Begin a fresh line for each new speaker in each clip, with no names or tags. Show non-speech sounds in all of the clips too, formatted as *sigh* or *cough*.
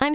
I'm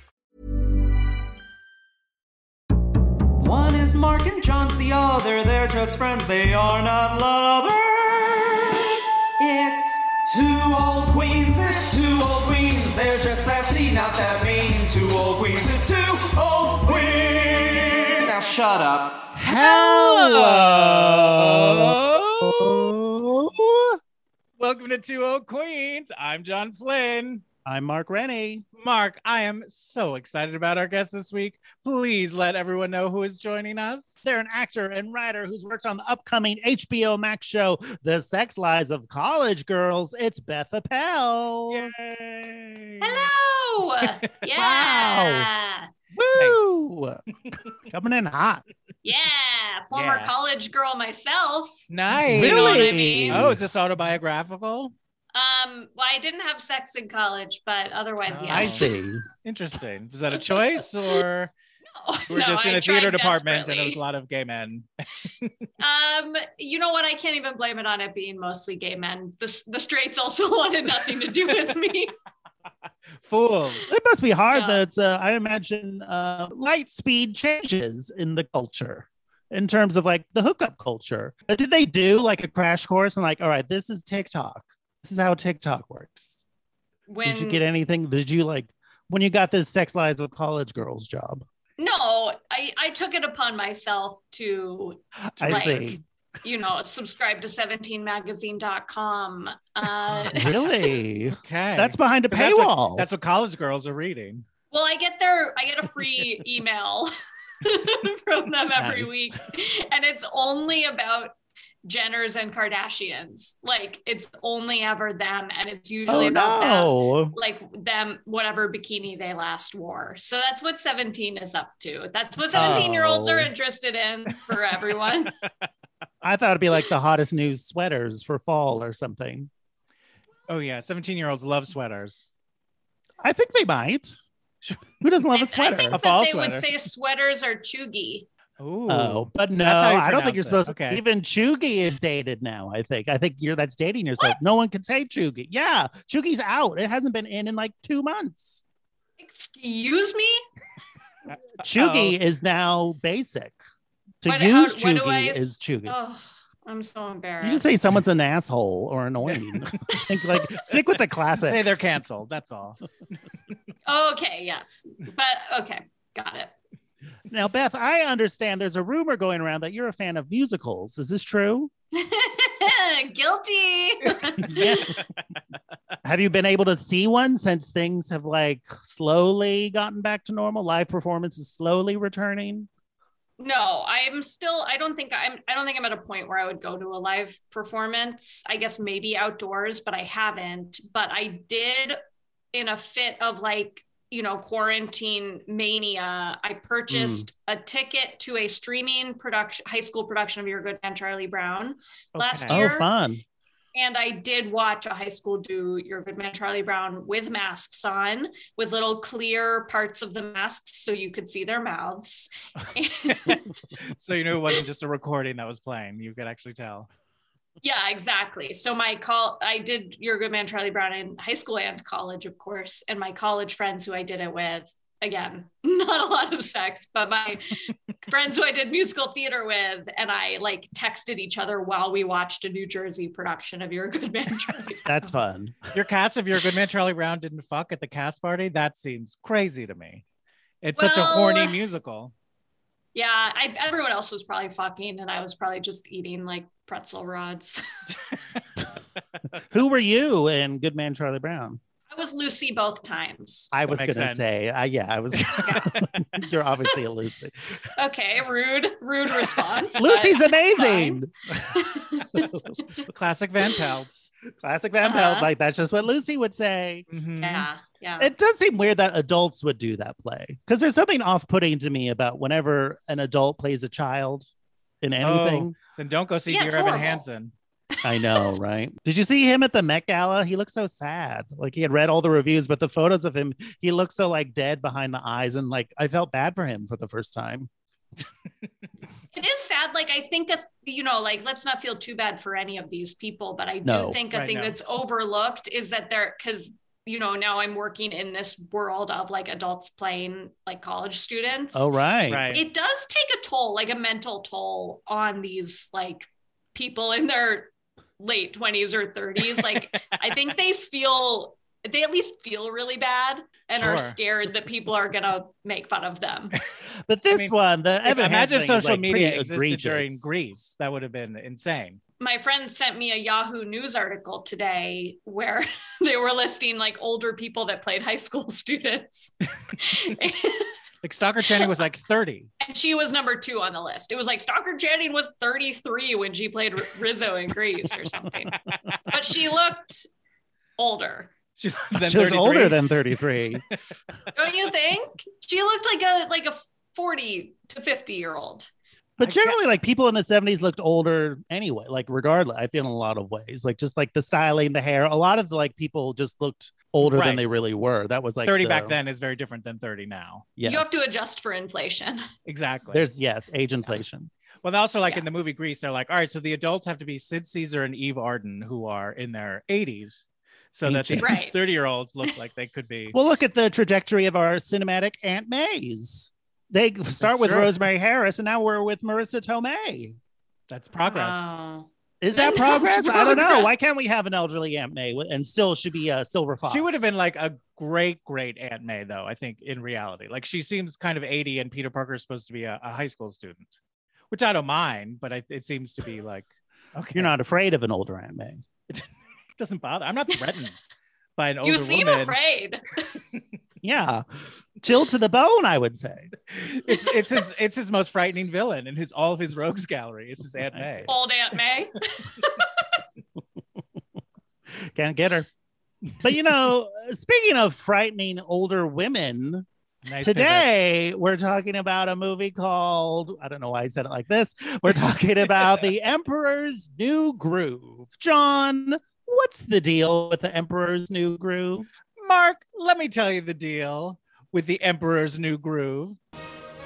One is Mark and John's the other. They're just friends, they are not lovers. It's two old queens, it's two old queens. They're just sassy, not that mean. Two old queens, it's two old queens. Now shut up.
Hello. Welcome to Two Old Queens. I'm John Flynn.
I'm Mark Rennie.
Mark, I am so excited about our guest this week. Please let everyone know who is joining us.
They're an actor and writer who's worked on the upcoming HBO Max show, The Sex Lies of College Girls. It's Beth Appel.
Yay. *laughs*
Hello. Yeah.
Woo! *laughs* Coming in hot.
Yeah. Former
Yeah.
college girl myself.
Nice.
You know what I
Really?
mean?
Oh, is this autobiographical?
Um, well, I didn't have sex in college, but otherwise,
Oh.
I
yes.
see.
Interesting. Was that a choice
*laughs*
or we were
No,
just in
I
a theater
tried
department and there was a
desperately.
lot of gay men? *laughs*
Um, you know what? I can't even blame it on it being mostly gay men. The, the straights also *laughs* wanted nothing to do with me.
*laughs* Fools.
It must be hard
Yeah.
though. It's uh, I imagine uh, light speed changes in the culture in terms of like the hookup culture. Uh, Did they do like a crash course and like, all right, this is TikTok. This is how TikTok works.
When
Did you get anything? Did you like when you got this sex lies of college girls job?
no, I, I took it upon myself to
I
Right.
see.
you know subscribe to
*laughs*
17magazine.com. Uh,
*laughs* Really?
Okay.
That's behind a
Because that's what-
paywall.
that's what college girls are reading.
Well, I get their I get a free email *laughs* from them every
Nice.
week. And it's only about Jenners and Kardashians. Like it's only ever them and it's usually
oh
about them
no.
like them whatever bikini they last wore. So that's what 17 is up to. That's what 17 year olds
Oh.
are interested in
*laughs*
*laughs*
for everyone.
I thought it'd be like the hottest new sweaters for fall or something.
Oh yeah, 17-year-olds love sweaters.
I think they
*laughs*
might. Who doesn't love a
I
sweater?
think
A
that
fall
they
sweater.
would say sweaters are chuggy.
Ooh.
Oh, but no,
That's how you
I don't
pronounce
think you're
it.
supposed
Okay.
to. Even Chugi is dated now. I think. I think you're that's dating yourself. No one can say Chugi. Yeah, Chugi's out. It hasn't been in in like two months.
Excuse me?
Chugi is now basic. To
What- how-
use
what do
Chugi
I s-
is Chugi.
Oh, I'm so embarrassed.
You just say someone's an asshole or *laughs* annoying. like, like stick *laughs* with the
Just
classics.
say they're canceled. That's all.
okay, yes. But okay, got it.
now, Beth, I understand there's a rumor going around that you're a fan of musicals. Is this true?
*laughs* Guilty.
Yeah. *laughs* have you been able to see one since things have like slowly gotten back to normal? Live performances slowly returning.
no, I'm still I don't think I'm I don't think I'm at a point where I would go to a live performance. I guess maybe outdoors, but I haven't. But I did in a fit of like, you know, quarantine mania, I purchased
Mm.
a ticket to a streaming production high school production of Your Good and Charlie Brown last
Okay.
year.
Oh, fun!
And I did watch a high school do Your Good Man Charlie Brown with masks on, with little clear parts of the masks so you could see their mouths. *laughs*
*laughs* so you knew it wasn't just a recording that was playing. You could actually tell.
Yeah, exactly. So my call, I did Your Good Man Charlie Brown in high school and college, of course, and my college friends who I did it with. Again, *laughs* not a lot of sex, but my friends who I did musical theater with, and I like texted each other while we watched a New Jersey production of Your Good Man Charlie.
That's fun.
Your cast of Your Good Man Charlie Brown didn't fuck at the cast party. That seems crazy to me. It's such a
Well-
horny musical.
Yeah, I, everyone else was probably fucking, and I was probably just eating like pretzel rods. *laughs*
*laughs* Who were you in Good Man Charlie Brown?
I was Lucy both times.
I
That
was gonna
makes sense.
say, uh, yeah, I
*laughs*
was. You're obviously a Lucy.
Okay, rude, rude response.
*laughs*
but
Lucy's amazing.
*laughs* Classic Van Pelts.
Classic Van Pelt.
Uh-huh.
Like that's just what Lucy would say.
Mhm.
Yeah, yeah.
It does seem weird that adults would do that play because there's something off-putting to me about whenever an adult plays a child in anything.
Then don't go see
Yeah, it's
Dear Evan
horrible.
Hansen.
I know, right? Did you see him at the Met Gala? He looked so sad. Like he had read all the reviews, but the photos of him, he looked so like dead behind the eyes, and like I felt bad for him for the first time.
*laughs* It is sad. Like I think a you know, like let's not feel too bad for any of these people, but I do
No.
think a
Right,
thing
no.
that's overlooked is that they're because you know now I'm working in this world of like adults playing like college students.
Oh right,
Right.
It does take a toll, like a mental toll on these like people in their late twenties or thirties. Like I think they feel they at least feel really bad and are
Sure.
scared that people are gonna make fun of them.
*laughs* But this
mean,
one, the Evan
Imagine
Hansen
if
thing is,
social
like,
media
pretty
existed
egregious.
during Greece. That would have been insane.
my friend sent me a Yahoo News article today where *laughs* they were listing like older people that played high
*laughs*
school *laughs* students.
Like Stalker Channing was like *laughs* 30.
and she was number two on the list. It was like Stalker Channing was 33 when she played R- Rizzo in Grease or something. but she looked older.
She
*laughs* She looked older than 33.
Don't you think? She looked like a like a 40 to 50 year old.
But
I can't-
generally, like people in the 70s looked older anyway, like regardless, I feel in a lot of ways, like just like the styling, the hair, a lot of like people just looked older
Right.
than they really were. That was like
30
the-
back then is very different than 30 now.
Yes.
You have to adjust for inflation.
Exactly.
There's yes, age inflation.
well, also like
Yeah.
in the movie Grease, they're like, all right, so the adults have to be Sid Caesar and Eve Arden, who are in their 80s, so that these
Ancient.
Right.
30 year olds look like they could be.
*laughs* Well, look at the trajectory of our cinematic Aunt Mays. They start with
true.
Rosemary Harris, and now we're with Marissa Tomei.
That's progress.
Wow.
Is that
That
progress?
is
I don't know. Why
progress.
can't we have an elderly Aunt May wi- and still should be a silver fox?
She would have been like a great, great Aunt May, though, I think, in reality. Like she seems kind of 80 and Peter Parker is supposed to be a, a high school student, which I don't mind, but I, it seems to be like, okay,
You're not afraid of an older Aunt May.
it doesn't bother. I'm not threatened by an older
You seem
woman.
afraid.
*laughs*
Yeah. Chill to the bone, I would say.
It's it's his it's his most frightening villain in his all of his rogues gallery is his Aunt May.
Old Aunt May.
Can't get her. But you know, speaking of frightening older women,
Nice pivot.
today we're talking about a movie called I don't know why I said it like this. We're talking about The Emperor's New Groove. John, what's the deal with The Emperor's New Groove?
Mark, let me tell you the deal with the Emperor's New Groove.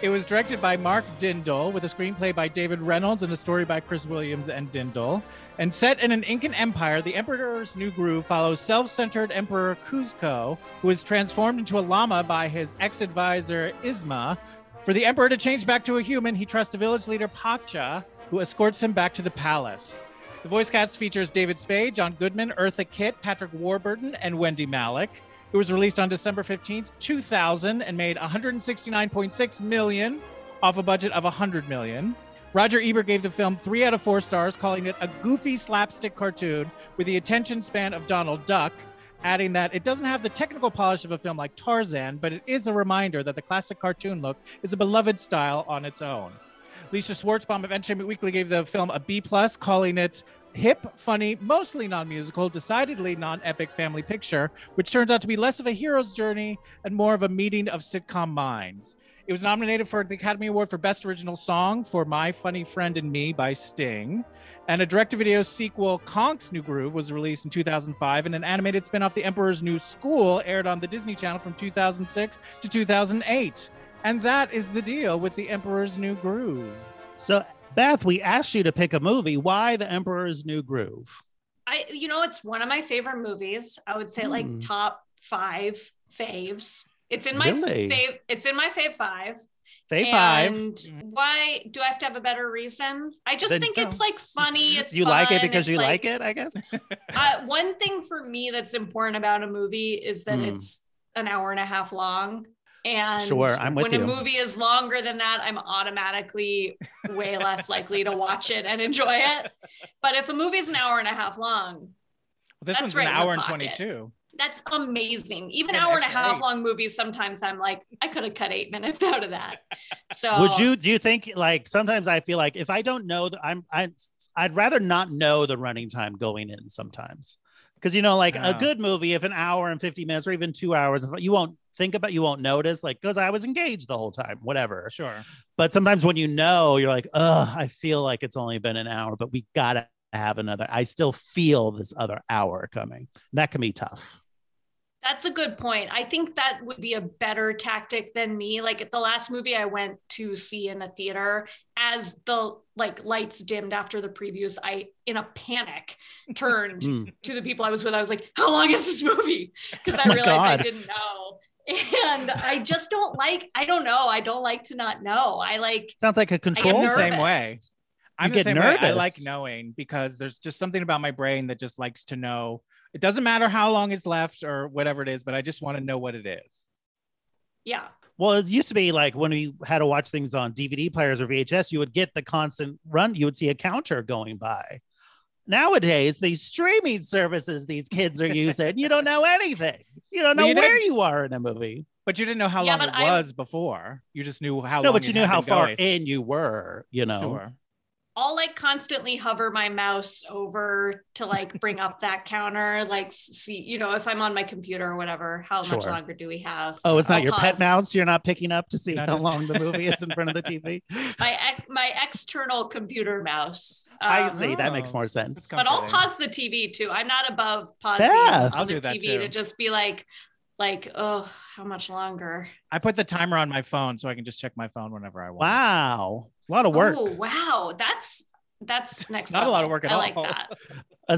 It was directed by Mark Dindal with a screenplay by David Reynolds and a story by Chris Williams and Dindal. And set in an Incan empire, the Emperor's New Groove follows self centered Emperor Kuzco, who is transformed into a llama by his ex advisor Isma. For the Emperor to change back to a human, he trusts a village leader Pacha, who escorts him back to the palace. The voice cast features David Spade, John Goodman, Eartha Kitt, Patrick Warburton, and Wendy Malik. It was released on December 15th, 2000 and made 169.6 million off a budget of 100 million. Roger Ebert gave the film 3 out of 4 stars, calling it a goofy slapstick cartoon with the attention span of Donald Duck, adding that it doesn't have the technical polish of a film like Tarzan, but it is a reminder that the classic cartoon look is a beloved style on its own. Lisa Schwartzbaum of Entertainment Weekly gave the film a B plus, calling it
hip, funny, mostly non musical, decidedly non epic family picture, which turns out to be less of a hero's journey and more of a meeting of sitcom minds. It was nominated for the Academy Award for Best Original Song for My Funny Friend and Me by Sting. And a direct to video sequel, Conk's New Groove, was released in 2005. And an animated spin off, The Emperor's New School, aired on the Disney Channel from 2006 to 2008. And that is the deal with The Emperor's New Groove.
So, Beth, we asked you to pick a movie. Why The Emperor's New Groove?
I, you know, it's one of my favorite movies. I would say
Hmm.
like top five faves. It's in my
Really?
fave. It's in my fave five.
Fave Five.
and why do I have to have a better reason? I just
Then-
think it's like funny. It's
You like it
fun,
because
it's,
you like, it, I guess.
*laughs* uh, one thing for me that's important about a movie is that
Hmm.
it's an hour and a half long. And
Sure, I'm with
when
you.
a movie is longer than that, I'm automatically way less likely to watch it and enjoy it. But if a movie is an hour and a half long,
This
That's
one's
right
an
in the
hour and
pocket.
22.
that's amazing. Even
An
hour and a
extra
half
eight.
long movies, sometimes I'm like, I could have cut eight minutes *laughs* out of that. So
Would you do you think like sometimes I feel like if I don't know that I'm I I'd rather not know the running time going in sometimes. Because you know, like
Yeah.
a good movie, if an hour and 50 minutes or even two hours, you won't think about you won't notice, like because I was engaged the whole time, whatever.
Sure.
But sometimes when you know, you're like, oh, I feel like it's only been an hour, but we gotta have another. I still feel this other hour coming. And that can be tough.
That's a good point. I think that would be a better tactic than me. Like at the last movie I went to see in a theater, as the like lights dimmed after the previews, I in a panic turned
Mm.
to the people I was with. I was like, "How long is this movie?" Because I
my
realized I
God.
didn't know, and
*laughs*
I just don't like. I don't know. I don't like to not know. I like.
Sounds like a
I
control
get
the
nervous.
same way. I'm the
get
same way. I
nervous.
like knowing because there's just something about my brain that just likes to know. It doesn't matter how long is left or whatever it is, but I just want to know what it is.
Yeah.
Well, it used to be like when we had to watch things on DVD players or VHS, you would get the constant run, you would see a counter going by. Nowadays, these streaming services these kids are using, you don't know anything. You don't know
Well, you
where
didn't-
you are in a movie.
But you didn't know how
Yeah,
long
but
it
I'm-
was before. You just knew how
No,
long.
but you
it
knew
had
how
been
far
going.
in you were, you know.
Sure.
I'll like constantly hover my mouse over to like bring up that counter, like see, you know, if I'm on my computer or whatever, how much
Sure.
longer do we have?
Oh, it's not
I'll
your pet
pause.
mouse you're not picking up to see
Not
how
as-
long the movie is in front of the
*laughs*
TV.
My ex- my external computer mouse.
I
Um,
see. That makes
Oh.
more sense.
But I'll
Comforting.
pause the TV too. I'm not above pausing
Beth.
the
I'll do that
TV
too.
to just be like, like, oh, how much longer?
I put the timer on my phone so I can just check my phone whenever I want.
Wow. A lot of work.
Oh, wow, that's that's next.
not a lot
level.
of work at
I like
all.
that.
A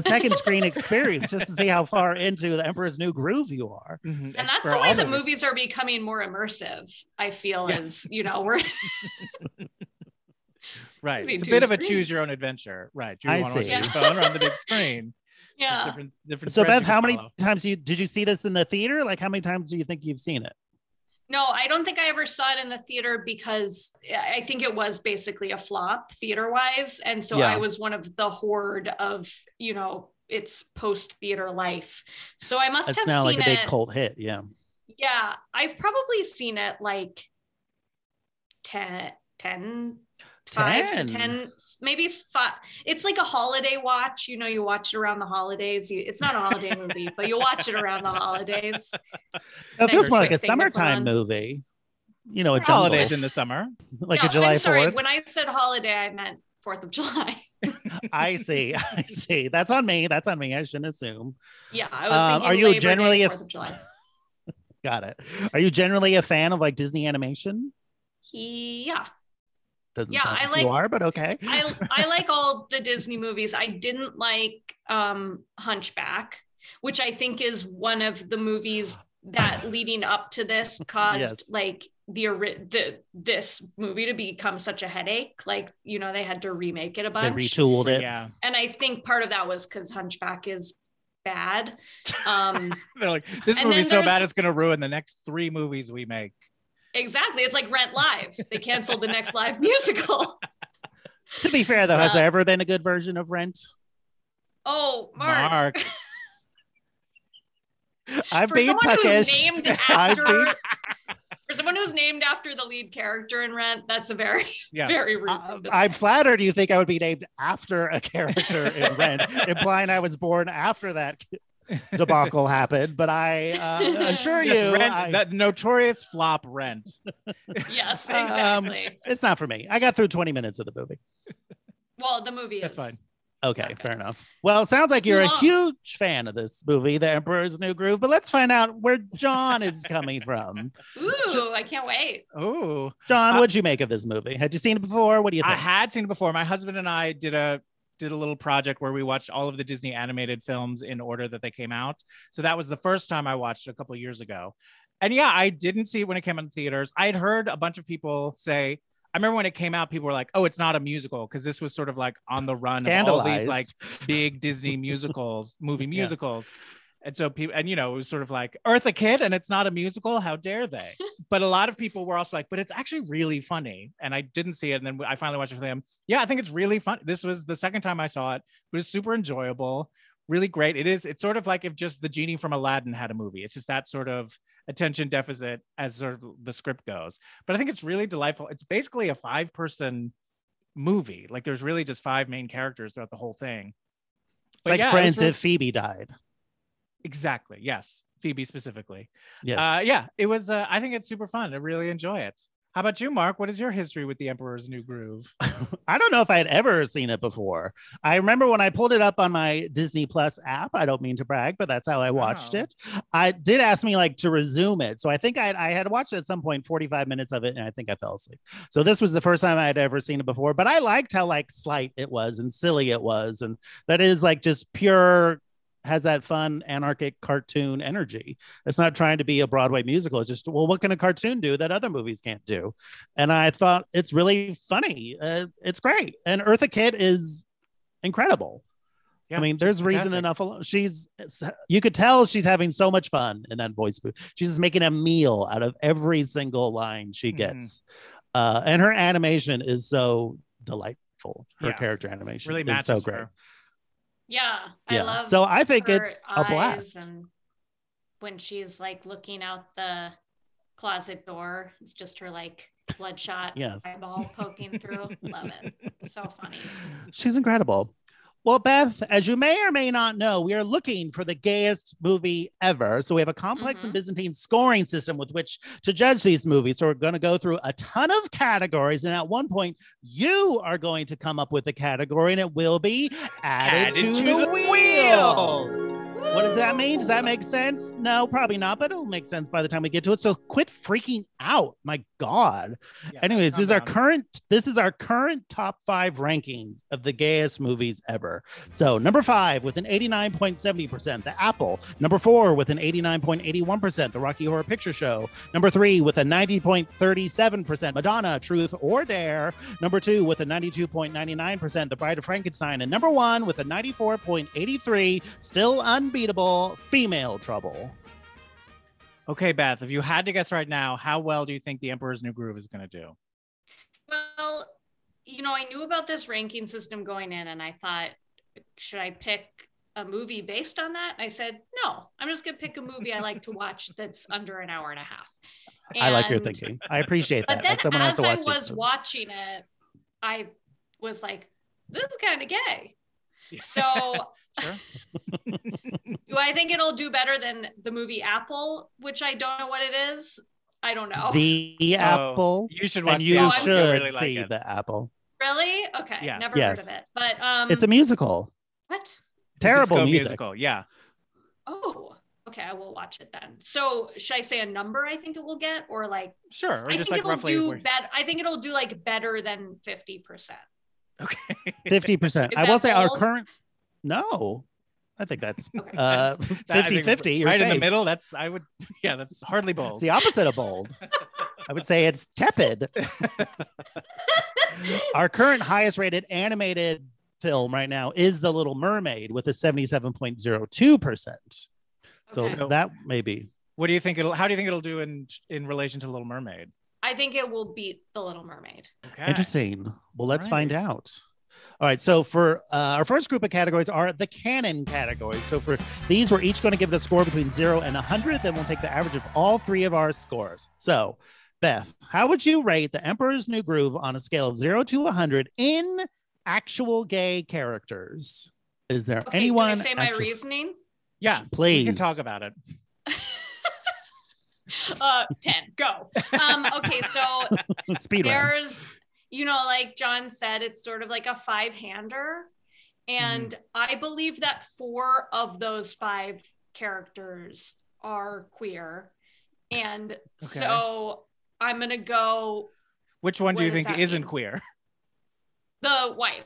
*laughs*
second screen experience just to see how far into the Emperor's New Groove you are.
Mhm.
and that's
for
the way
all
the
movies.
movies are becoming more immersive. I feel
Yes.
as you know we're
*laughs*
*laughs*
Right.
See
It's a
two
bit of a
screens.
choose your own adventure. Right. Do
I
you want to watch
see.
it on your phone or on the
*laughs*
big screen? There's
yeah.
different different
So Beth,
threads you can
how many
follow.
times you did you see this in the theater? Like how many times do you think you've seen it?
No, I don't think I ever saw it in the theater because I I think it was basically a flop theater wise. And so
Yeah.
I was one of the horde of, you know, it's post theater life. So I must
It's
have
now like
seen
a big
it.
cult hit. Yeah.
Yeah. I've probably seen it like 10, 10, five to 10, maybe five. It's like a holiday watch. You know, you watch it around the holidays. You, it's not a holiday movie, but you watch it around the
*laughs*
holidays.
It feels
Next
more like
big
a
thing to put
summertime
on.
movie. You know, a jungle,
holidays in the summer?
like
No,
a July
I'm sorry.
4th.
When I said holiday, I meant 4th of July. *laughs*
I see. I see. That's on me. That's on me. I shouldn't assume.
Yeah, I was
Um,
thinking
are you
Labor
generally
Day,
a-
Fourth of July.
*laughs* Got it. Are you generally a fan of like Disney animation?
Yeah,
Doesn't
Yeah,
sound
I like-
you are, but okay.
I I like all the Disney movies. I didn't like um, Hunchback, which I think is one of the movies that leading up to this caused
Yes.
like the ori- the this movie to become such a headache. Like you know they had to remake it a
they
bunch.
retooled it.
Yeah.
and I think part of that was because Hunchback is bad. Um,
They're like, this
And then
movie's so bad
there's-
it's gonna ruin the next three movies we make.
exactly, it's like Rent Live. They canceled the next live musical.
To be fair, though, has
Uh,
there ever been a good version of Rent?
Oh, Mark. *laughs*
I'm
for
being
someone
puckish.
who's named
I'm *laughs*
after
being-
for someone who's was named after the lead character in Rent. That's a very, *laughs*
Yeah.
very rude
I,
thing to say.
Uh, I'm flattered you think I would be named after a character in
*laughs*
Rent, implying I was born after that *laughs* debacle happened. But I uh, assure
Yes,
you,
Rent-
I-
that notorious flop Rent.
yes,
Um,
exactly.
it's not for me. I got through 20 minutes of the movie.
well, the movie
That's
is
fine.
Okay,
Okay.
fair enough. Well, it sounds like you're a
Long.
huge fan of this movie, The Emperor's New Groove, but let's find out where John
*laughs*
is coming from.
*laughs* Ooh, I can't wait.
Oh,
John,
Uh,
what'd you make of this movie? Had you seen it before? What do you
I
think?
had seen it before. My husband and I did a did a little project where we watched all of the Disney animated films in order that they came out. So that was the first time I watched it a couple of years ago. And yeah, I didn't see it when it came out in theaters. I had heard a bunch of people say, I remember when it came out, people were like, oh, it's not a musical because this was sort of like on the run of all these like
*laughs*
big Disney musicals, movie musicals. And so people, and you know, it was sort of like Eartha Kid, and it's not a musical. How dare they? But a lot of people were also like, but it's actually really funny. And I didn't see it. And then I finally watched it for them. Yeah, I think it's really fun. This was the second time I saw it. It was super enjoyable, really great. It is, it's sort of like if just the genie from Aladdin had a movie. It's just that sort of attention deficit as sort of the script goes. But I think it's really delightful. It's basically a five person movie. Like there's really just five main characters throughout the whole thing.
it's
But
like
yeah, it was
Friends
really-
if Phoebe died.
Exactly. Yes. Phoebe specifically.
Yes.
Uh, yeah. It was, uh, I think it's super fun. I really enjoy it. How about you, Mark? What is your history with the Emperor's New Groove?
I don't know if I had ever seen it before. I remember when I pulled it up on my Disney Plus app. I don't mean to brag, but that's how I watched
Wow.
it. I it did ask me like to resume it, so I think I, I had watched at some point 45 minutes of it, and I think I fell asleep. So this was the first time I had ever seen it before. But I liked how like slight it was and silly it was, and that is like just pure has that fun anarchic cartoon energy. It's not trying to be a Broadway musical. It's just, well, what can a cartoon do that other movies can't do? And I thought it's really funny. Uh, it's great. And Eartha Kitt is incredible.
Yeah,
I mean,
she's
there's reason
fantastic.
enough alone. She's, you could tell she's having so much fun in that voice booth. She's just making a meal out of every single line she
Mhm.
gets. Uh, and her animation is so delightful. Her
Yeah.
character animation
Really
is
matches
so great.
her.
Yeah, I love.
so I think
her
it's a
eyes
blast.
And when she's like looking out the closet door, it's just her like bloodshot
Yes.
eyeball poking through. love it. So funny.
She's incredible. Well, Beth, as you may or may not know, we are looking for the gayest movie ever. So we have a complex and
Mhm.
Byzantine scoring system with which to judge these movies. So we're going to go through a ton of categories. And at one point, you are going to come up with a category and it will be added, to, the, wheel. What does that mean? Does that make sense? No, probably not, but it'll make sense by the time we get to it. So quit freaking out. My God.
Yeah,
Anyways, this
calm
is our
down.
current this is our current top five rankings of the gayest movies ever. So number five with an 89.70%, the Apple. Number four with an 89.81%, the Rocky Horror Picture Show. Number three with a 90.37%, Madonna, Truth or Dare. Number two with a 92.99%, The Bride of Frankenstein. And number one with a 94.83, still unbeatable, Female Trouble.
Okay, Beth, if you had to guess right now, how well do you think the Emperor's New Groove is going to do?
Well, you know, I knew about this ranking system going in, and I thought, should I pick a movie based on that? I said, no, I'm just gonna pick a movie I like to watch that's under an hour and a half.
I like your
And-
thinking. I appreciate that.
But then
That someone has
as
to
I
watch this
was
movie.
watching it, I was like, this is kind of gay. So
Sure.
do I think it'll do better than the movie Apple, which I don't know what it is? I don't know.
The Apple.
Oh, You should watch
And
the
you
Oh,
Apple.
I'm
should
You really like
see
it.
the Apple.
really? Okay.
Yeah.
Never heard
Yes.
of it. But um
It's a musical.
what?
It's a
Terrible
disco
music.
musical. Yeah.
Oh, okay. I will watch it then. So should I say a number I think it will get? Or like
Sure. Or
I
just
think it'll
like roughly.
do
where-
better. I think it'll do like better than 50%.
Okay. *laughs*
Fifty percent.
Is
I will
that
say our
bold?
current. No, I think that's
Okay.
uh,
*laughs* That, I think,
50-50. You're
Right in the
safe.
middle. That's, I would, *laughs* yeah, that's hardly bold.
It's the opposite of bold. I would say it's
*laughs*
tepid. Our current highest rated animated film right now is The Little Mermaid with a 77.02%. So
Okay.
that may be.
what do you think it'll, how do you think it'll do in, in relation to Little Mermaid?
I think it will beat The Little Mermaid.
Okay.
Interesting. Well, let's find
Right.
out. All right. So for uh, our first group of categories are the canon categories. So for these, we're each going to give it a score between zero and 100. Then we'll take the average of all three of our scores. So Beth, how would you rate The Emperor's New Groove on a scale of zero to 100 in actual gay characters? Is there
Okay,
anyone?
Can I say my
actual-
reasoning?
Yeah,
Please.
we can talk about it.
Uh, ten.
*laughs*
Go. Um, okay, so
Speed round.
there's you know like john said it's sort of like a five hander and
Mm-hmm.
i believe that four of those five characters are queer and
Okay.
so i'm gonna go
Which one
What
do you
does
think
that
isn't
mean?
queer?
the wife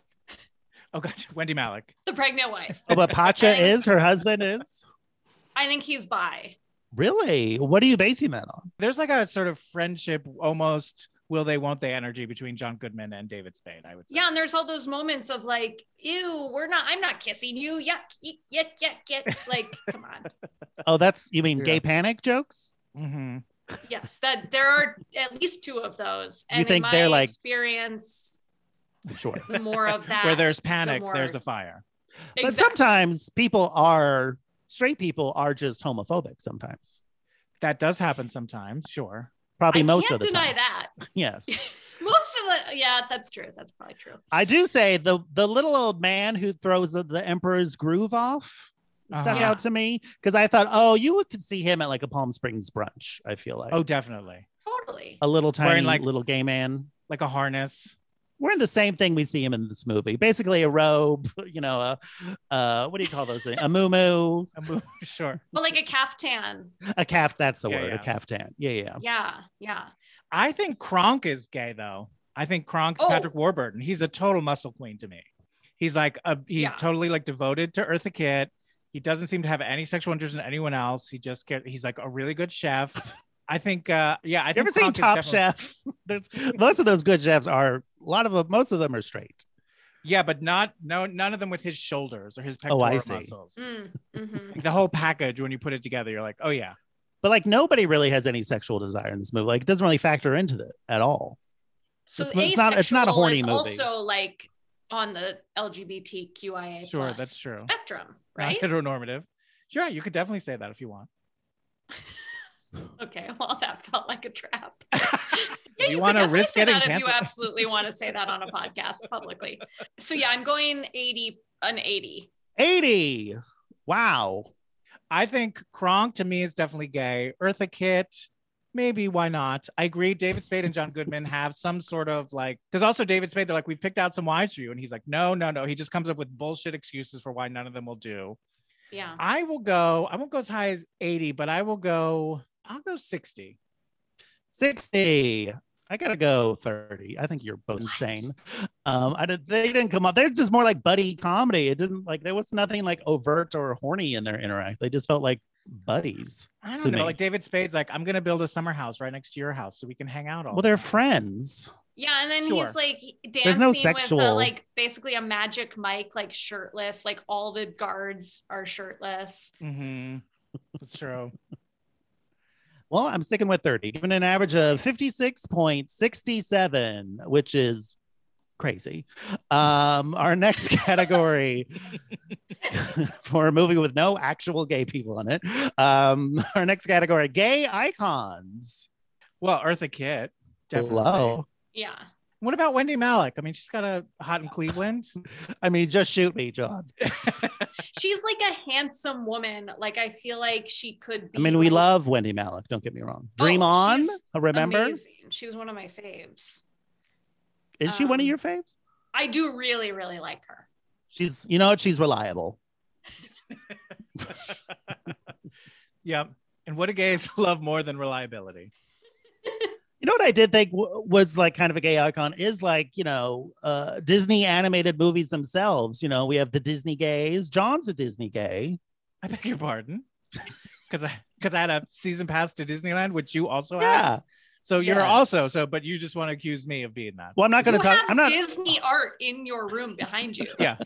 Oh god, Wendy Malik.
the pregnant wife
Oh, but
*laughs*
Pacha
I think-
is, her husband is.
i think he's bi
Really? What are you basing that on?
There's like a sort of friendship, almost will they, won't they energy between John Goodman and David Spade. I would say.
yeah and there's all those moments of like ew we're not i'm not kissing you yuck yuck yuck yuck, yuck. like come on
Oh, that's, you mean
Yeah.
gay panic jokes?
hmm
yes that there are at least two of those
You
and in
think
my
they're, like-
experience
Sure.
the more of that
*laughs* Where there's panic, there's
more-
a fire.
But sometimes people are, straight people are just homophobic sometimes.
That does happen sometimes, sure.
Probably
I
most
can't
of the
deny
time.
that.
Yes.
Most of the yeah, that's true. That's probably true.
I do say the the little old man who throws the, the emperor's groove off stuck
Uh-huh.
out to me because I thought, oh, you could see him at like a Palm Springs brunch. I feel like
Oh, definitely.
Totally.
a little
wearing,
tiny
like-
little gay man.
Like a harness.
Wearing the same thing we see him in this movie, basically a robe, *laughs* you know, a, uh, what do you call those things? A muumuu,
A mo- *laughs* sure.
But like a caftan.
a calf. That's the
Yeah,
word,
yeah.
a caftan. Yeah, yeah.
Yeah, yeah.
I think Kronk is gay though. I think Kronk,
Oh.
Patrick Warburton, he's a total muscle queen to me. He's like a he's
Yeah.
totally like devoted to Eartha Kitt. He doesn't seem to have any sexual interest in anyone else. He just get, he's like a really good chef.
*laughs*
I think uh yeah, I
You
think
ever seen
Kronk is
Top
definitely-
Chef? There's most of those good chefs are a lot of them, most of them are straight.
Yeah, but not no none of them with his shoulders or his
Oh,
pectoral
I see.
muscles.
Mm, mhm.
Like, the whole package when you put it together, you're like, oh yeah.
But like nobody really has any sexual desire in this movie. Like it doesn't really factor into that at all.
So
It's- it's not- it's not a
asexual
horny
is
movie.
Also, like on the LGBTQIA
Sure,
plus
that's true.
spectrum,
Not
right?
heteronormative. Sure, you could definitely say that if you want.
Okay, well, that felt like a trap.
you
*laughs* yeah, you
wanna
want to
risk
risk say
getting
that if you
canceled.
absolutely want to say that on a podcast publicly. So yeah, I'm going 80, an 80.
80. Wow.
I think Kronk to me is definitely gay. Eartha Kitt, maybe why not? I agree. David Spade and John Goodman have some sort of like because also David Spade, they're like, we've picked out some wives for you, and he's like, no, no, no. He just comes up with bullshit excuses for why none of them will do.
Yeah.
I will go. I won't go as high as eighty, but I will go. I'll go sixty.
60. I gotta go 30. I think you're both insane. Um, I did, they didn't come up. They're just more like buddy comedy. It didn't like there was nothing like overt or horny in their interact. They just felt like buddies.
I
to
don't know.
me.
Like David Spade's like, I'm gonna build a summer house right next to your house so we can hang out all.
well,
the
they're
time."
friends.
Yeah, and then
Sure.
he's like dancing
There's no
with a,
sexual-
like basically a magic mic, like shirtless, like all the guards are shirtless.
Mhm. That's true.
*laughs* Well, I'm sticking with 30, giving an average of 56.67, which is crazy. Um, our next *laughs* category for a movie with no actual gay people in it. Um, *laughs* our next category, gay icons.
Well, Eartha Kitt, definitely.
Hello.
Yeah.
What about Wendy Malik? I mean, she's got a hot in Cleveland.
I mean, just shoot me, John.
She's like a handsome woman. Like I feel like she could be
I mean, we
like,
love Wendy Malick. Don't get me wrong.
Oh,
Dream on. uh,
she's
Remember,
amazing. She was one of my faves.
is she one of
um,
your faves?
I do really, really like her.
She's, you know what? She's reliable.
Yep. And what
*laughs*
do gays love more than reliability?
You know what I did think w- was like kind of a gay icon is like, you know, uh, Disney animated movies themselves. You know, we have the Disney gays. John's a Disney gay.
I beg your pardon. *laughs* Because I because I had a season pass to Disneyland, which you also had.
yeah.
So you're
Yes.
also so, but you just want to accuse me of being that.
Well, I'm not going
you
to talk.
have
I'm not.
Disney art in your room behind you.
Yeah.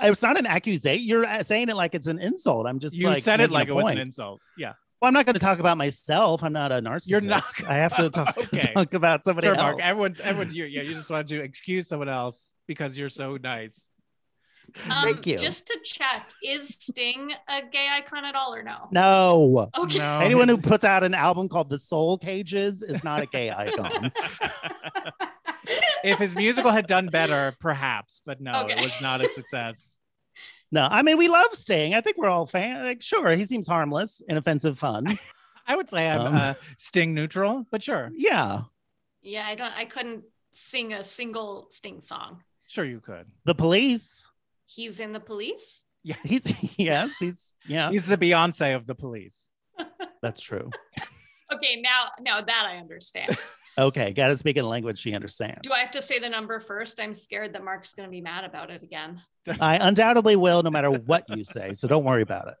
It's not an accusation. You're uh, saying it like it's an insult. I'm just
you
like,
said
making
it
a
like it was an
point.
insult. Yeah.
Well, I'm not going to talk about myself. I'm not a narcissist.
*laughs* You're not
I have to talk,
Okay.
talk about somebody
Sure,
else.
*laughs* Mark. Everyone's everyone's you. Yeah, you just want to excuse someone else because you're so nice.
Um,
Thank you.
Just to check, is Sting a gay icon at all or no?
No.
Okay.
No.
Anyone who puts out an album called The Soul Cages is not a gay icon.
if his musical had done
*laughs*
better, perhaps, but no, it
Okay.
was not a success.
no, I mean, we love Sting. I think we're all fans. Like, sure, he seems harmless, inoffensive fun.
*laughs* I would say I'm
Um.
uh, Sting neutral, but sure,
Yeah.
yeah, I don't. I couldn't sing a single Sting song.
sure you could.
The police.
He's in the police.
Yeah. He's, *laughs* yes, he's, yeah,
He's the Beyonce of the police.
that's true.
Okay, now now that I
*laughs*
understand.
Okay. Got to speak in a language she understands.
Do I have to say the number first? I'm scared that Mark's going to be mad about it again.
I undoubtedly will, no matter what you say. So don't worry about it.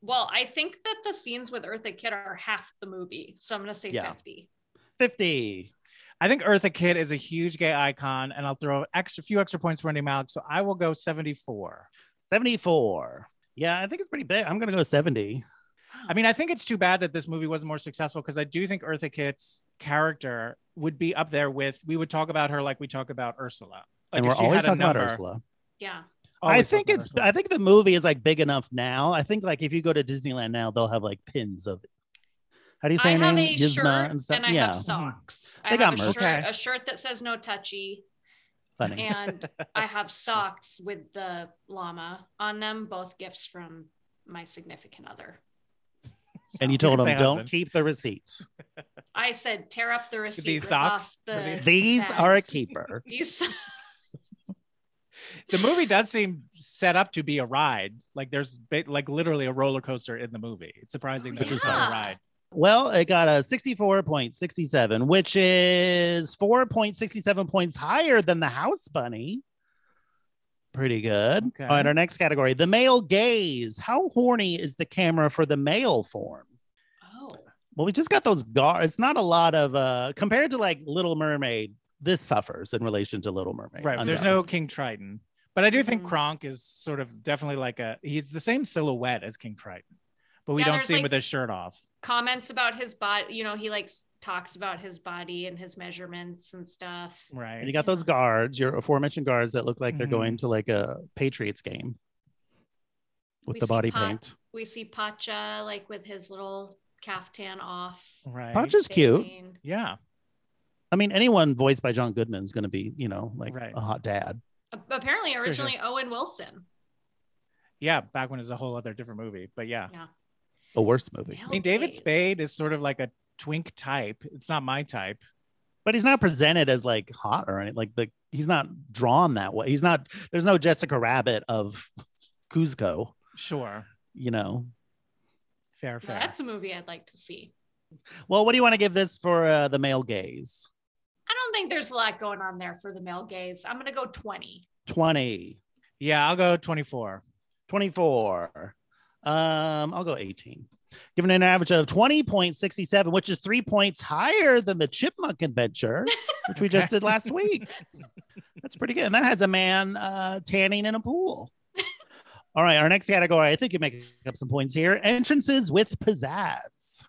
Well, I think that the scenes with Eartha Kitt are half the movie, so I'm going to say
Yeah.
50.
50.
I think Eartha Kitt is a huge gay icon, and I'll throw extra few extra points for Andy Malik, so I will go 74.
74. Yeah, I think it's pretty big. I'm going to go 70.
I mean, I think it's too bad that this movie wasn't more successful because I do think Eartha Kitt's character would be up there with. We would talk about her like we talk about Ursula. Like
and
if
we're
she
always
had a
talking about
number-
Ursula.
Yeah.
I
always
think
talking about
it's
Ursula.
I think the movie is like big enough now. I think like if you go to Disneyland now, they'll have like pins of it. How do you
I
say her
have
name?
a
Yzma
shirt and, I
yeah,
have socks. I
They
have
got
a
merch.
shirt,
Okay.
a shirt that says no touchy,
funny.
*laughs* and I
*laughs*
have socks with the llama on them, both gifts from my significant other.
and you
You
told
can
them
say
don't
husband."
keep the receipt.
I said, tear up the receipt.
These
rip
socks?
off the
These are a
tags." *laughs*
keeper.
These
the movie does seem set up to be a ride. Like there's ba- like literally a roller coaster in the movie. It's surprising that
Yeah.
it's not a ride.
Well, it got a 64.67, which is 4.67 points higher than the house bunny. Pretty good.
Okay.
All right, our next category the male gaze. How horny is the camera for the male form?
Oh,
Well, we just got those gar. It's not a lot of uh compared to like Little Mermaid. This suffers in relation to Little Mermaid.
Right. There's
undoubtedly.
no King Triton. But I do think
Mm-hmm.
Mhm.
Kronk is sort of definitely like a he's the same silhouette as King Triton, but we
Yeah,
don't
there's
see him
like-
with his shirt off.
comments about his body. You know, he like s- talks about his body and his measurements and stuff.
Right.
And you got those guards, your aforementioned guards that look like they're
Mhm.
going to like a Patriots game with
We
the
see
body
pot-
paint.
We see Pacha like with his little caftan off.
Mm-hmm. right.
Pacha's cute.
thing.
yeah.
I mean, anyone voiced by John Goodman is going to be, you know, like
Right.
a hot dad.
A- Apparently,
sure.
originally Owen Wilson.
Yeah. Back when it was a whole other different movie. But yeah.
A worse movie.
Male
I mean, David
gaze.
Spade is sort of like a twink type. It's not my type.
But he's not presented as like hot or anything. Like the he's not drawn that way. He's not. There's no Jessica Rabbit of Cuzco.
Sure.
You know.
Fair,
Now,
fair.
that's a movie I'd like to see.
Well, what do you want to give this for uh, the male gaze?
I don't think there's a lot going on there for the male gaze. I'm gonna go 20.
20
yeah. I'll go 24.
24 um i'll go 18 given an average of 20.67 which is three points higher than the chipmunk adventure which we just did last week that's pretty good and that has a man uh tanning in a pool all right our next category i think you make up some points here entrances with pizzazz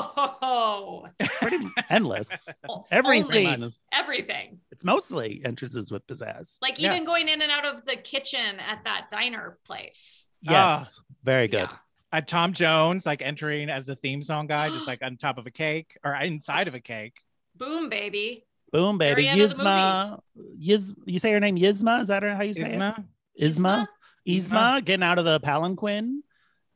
Oh,
pretty endless
O-
every
only-
scene is-
*laughs* everything.
it's mostly entrances with pizzazz
Like
Yeah.
even going in and out of the kitchen at that diner place.
Ah,
yes very good
Yeah.
uh, Tom Jones like entering as the theme song
*gasps*
guy, just like on top of a cake or inside of a cake.
Boom, baby.
boom baby
Very end of the
yizma yiz you say her name yizma is that her, how you say it
Isma,
Isma,
Yzma?
Isma getting out of the palanquin,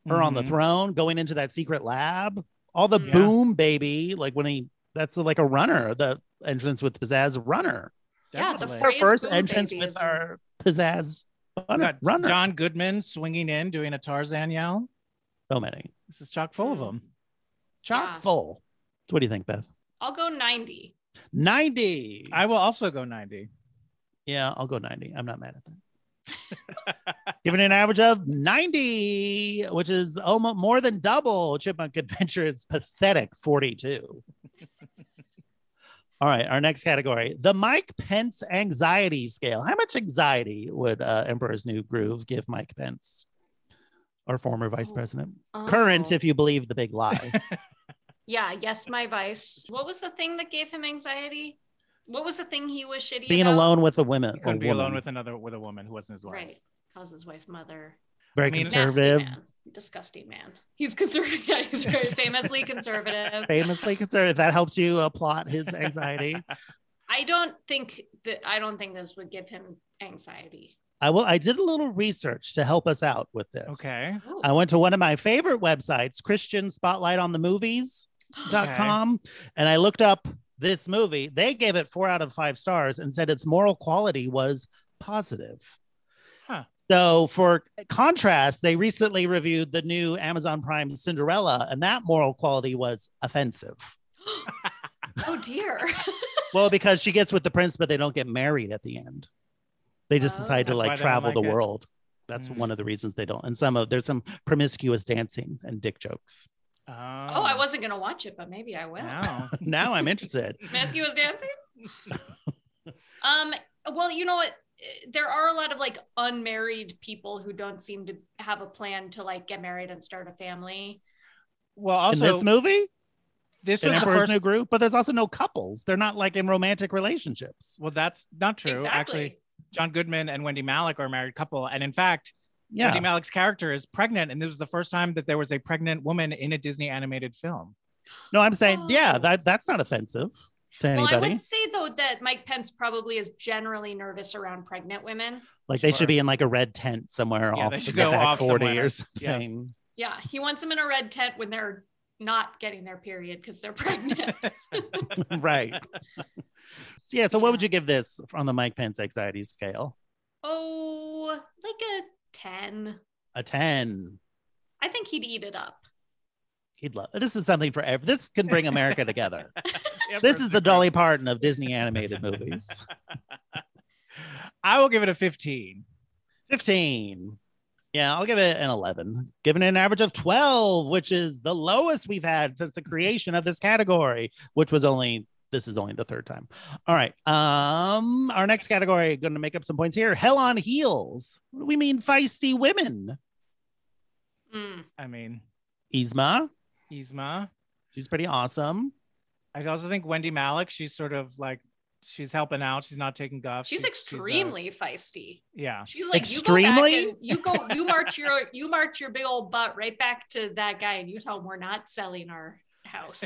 her on the
Mhm.
throne, going into that secret lab. All the
Yeah.
boom, baby. Like when he, that's like a runner, the entrance with pizzazz runner.
Yeah, the
Definitely.
Her
Phrase
first
boom,
entrance
baby
with
is-
our pizzazz
We
runner.
got
runner.
John Goodman swinging in doing a Tarzan yell.
so many. Mm.
This is chock full of them.
Chock
Yeah.
full. So What do you think, Beth?
I'll go 90.
90.
I will also go 90.
yeah, I'll go 90. I'm not mad at that. Given an average of 90, which is almost more than double Chipmunk Adventure's pathetic 42. All right, our next category the Mike Pence anxiety scale. How much anxiety would uh, Emperor's New Groove give Mike Pence, our former vice
Oh.
president? Current,
Oh.
if you believe the big lie.
Yeah, yes, my vice. What was the thing that gave him anxiety? What was the thing he was shitty
Being
about?
alone with a women.
He couldn't
uh, a
be alone
woman.
with another with a woman who wasn't his wife.
Right. Cause's wife, mother.
Very
I mean-
Nasty
conservative,
man. Disgusting man. He's conservative. *laughs* Yeah, he's
*laughs*
very famously conservative.
famously conservative. That helps you uh, plot his anxiety.
*laughs* I don't think that I don't think this would give him anxiety.
I will. I did a little research to help us out with this.
Okay.
Ooh.
I went to one of my favorite websites, Christian Spotlight on the Movies.
*gasps*
dot com and I looked up this movie. They gave it four out of five stars and said its moral quality was positive.
Huh.
So, for contrast, they recently reviewed the new Amazon Prime Cinderella, and that moral quality was offensive.
*laughs* oh dear. *laughs*
well, because she gets with the prince, but they don't get married at the end. They just
Oh.
decide to
That's why
like
they don't
travel
like
the
it.
world. That's
Hmm.
Mm.
one of the reasons they don't. And some of there's some promiscuous dancing and dick jokes.
Oh,
Oh, I wasn't gonna watch it, but maybe I will.
Wow.
now I'm interested.
Maskey was dancing. um. Well, you know what? There are a lot of like unmarried people who don't seem to have a plan to like get married and start a family.
Well,
In
also
this movie,
this,
in
was the
Emperor's
first.
New Groove, but there's also no couples. They're not like in romantic relationships.
well, that's not true.
Exactly.
Actually, John Goodman and Wendy Malik are a married couple, and in fact,
Yeah.
Wendy Malik's character is pregnant, and this was the first time that there was a pregnant woman in a Disney animated film.
No, I'm saying, yeah,
Oh.
that that's not offensive to anybody.
Well, I would say though that Mike Pence probably is generally nervous around pregnant women.
like they
Sure.
should be in like a red tent somewhere
Yeah,
off
they should
in the
go
back
off
40
somewhere.
or
Yeah.
something.
Yeah, he wants them in a red tent when they're not getting their period because they're
*laughs*
pregnant.
*laughs* right. So, yeah. So what would
Yeah.
you give this on the Mike Pence anxiety scale?
oh, like a ten.
A 10.
I think he'd eat it up.
He'd love this is something for every this can bring
*laughs*
America together. this
Emperor's
is
New
the Dolly
Groove.
Parton of Disney animated
*laughs*
movies.
I will give it a 15.
15. Yeah, I'll give it an 11. Given an average of 12, which is the lowest we've had since the creation of this category, which was only this is only the third time. All right. Um our next category going to make up some points here. Hell on heels. What do we mean feisty women?
Mm.
I mean,
Isma,
Yzma.
she's pretty awesome.
I also think Wendy Malik, she's sort of like, she's helping out. She's not taking guff.
She's,
a-
extremely feisty.
yeah.
She's like
Extremely?
You go, back and you go, you march your you march your big old butt right back to that guy, and you tell him we're not selling our house.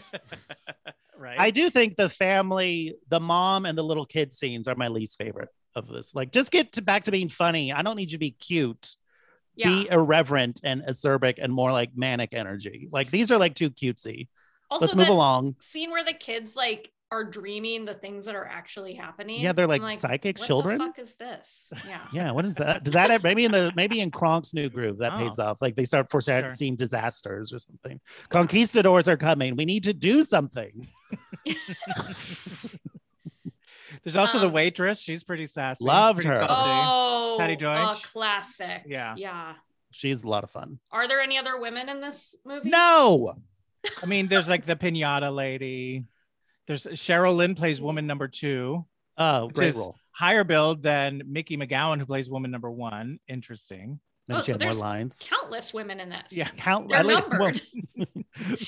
*laughs* right.
I do think the family, the mom and the little kid scenes are my least favorite of this. Like just get to back to being funny. I don't need you to be cute.
Yeah.
be irreverent and acerbic and more like manic energy. Like these are like too cutesy.
also,
Let's move
that
along.
scene where the kids like are dreaming the things that are actually happening.
Yeah, they're
I'm
like, psychic
what
children.
The fuck is this? Yeah.
yeah, what is that? Does that maybe in the maybe in Kronk's new groove that
Oh.
pays off? uh, Like they start
Sure.
foreseeing disasters or something. Conquistadors are coming. We need to do something.
There's also the
Um,
waitress. She's pretty sassy.
Loved
pretty
her.
salty.
Oh,
Patty Deutsch.
a classic.
Yeah.
Yeah.
She's a lot of fun.
Are there any other women in this movie?
No,
I mean, there's like the pinata lady. There's Cheryl Lynn plays woman number two,
oh,
Which
great
is-
role.
higher build than Mickey McGowan, who plays woman number one. Interesting.
Maybe
Oh,
she
so
had more
there's-
lines.
Countless women in this.
Yeah.
Count
They're
at least- well, *laughs*
numbered.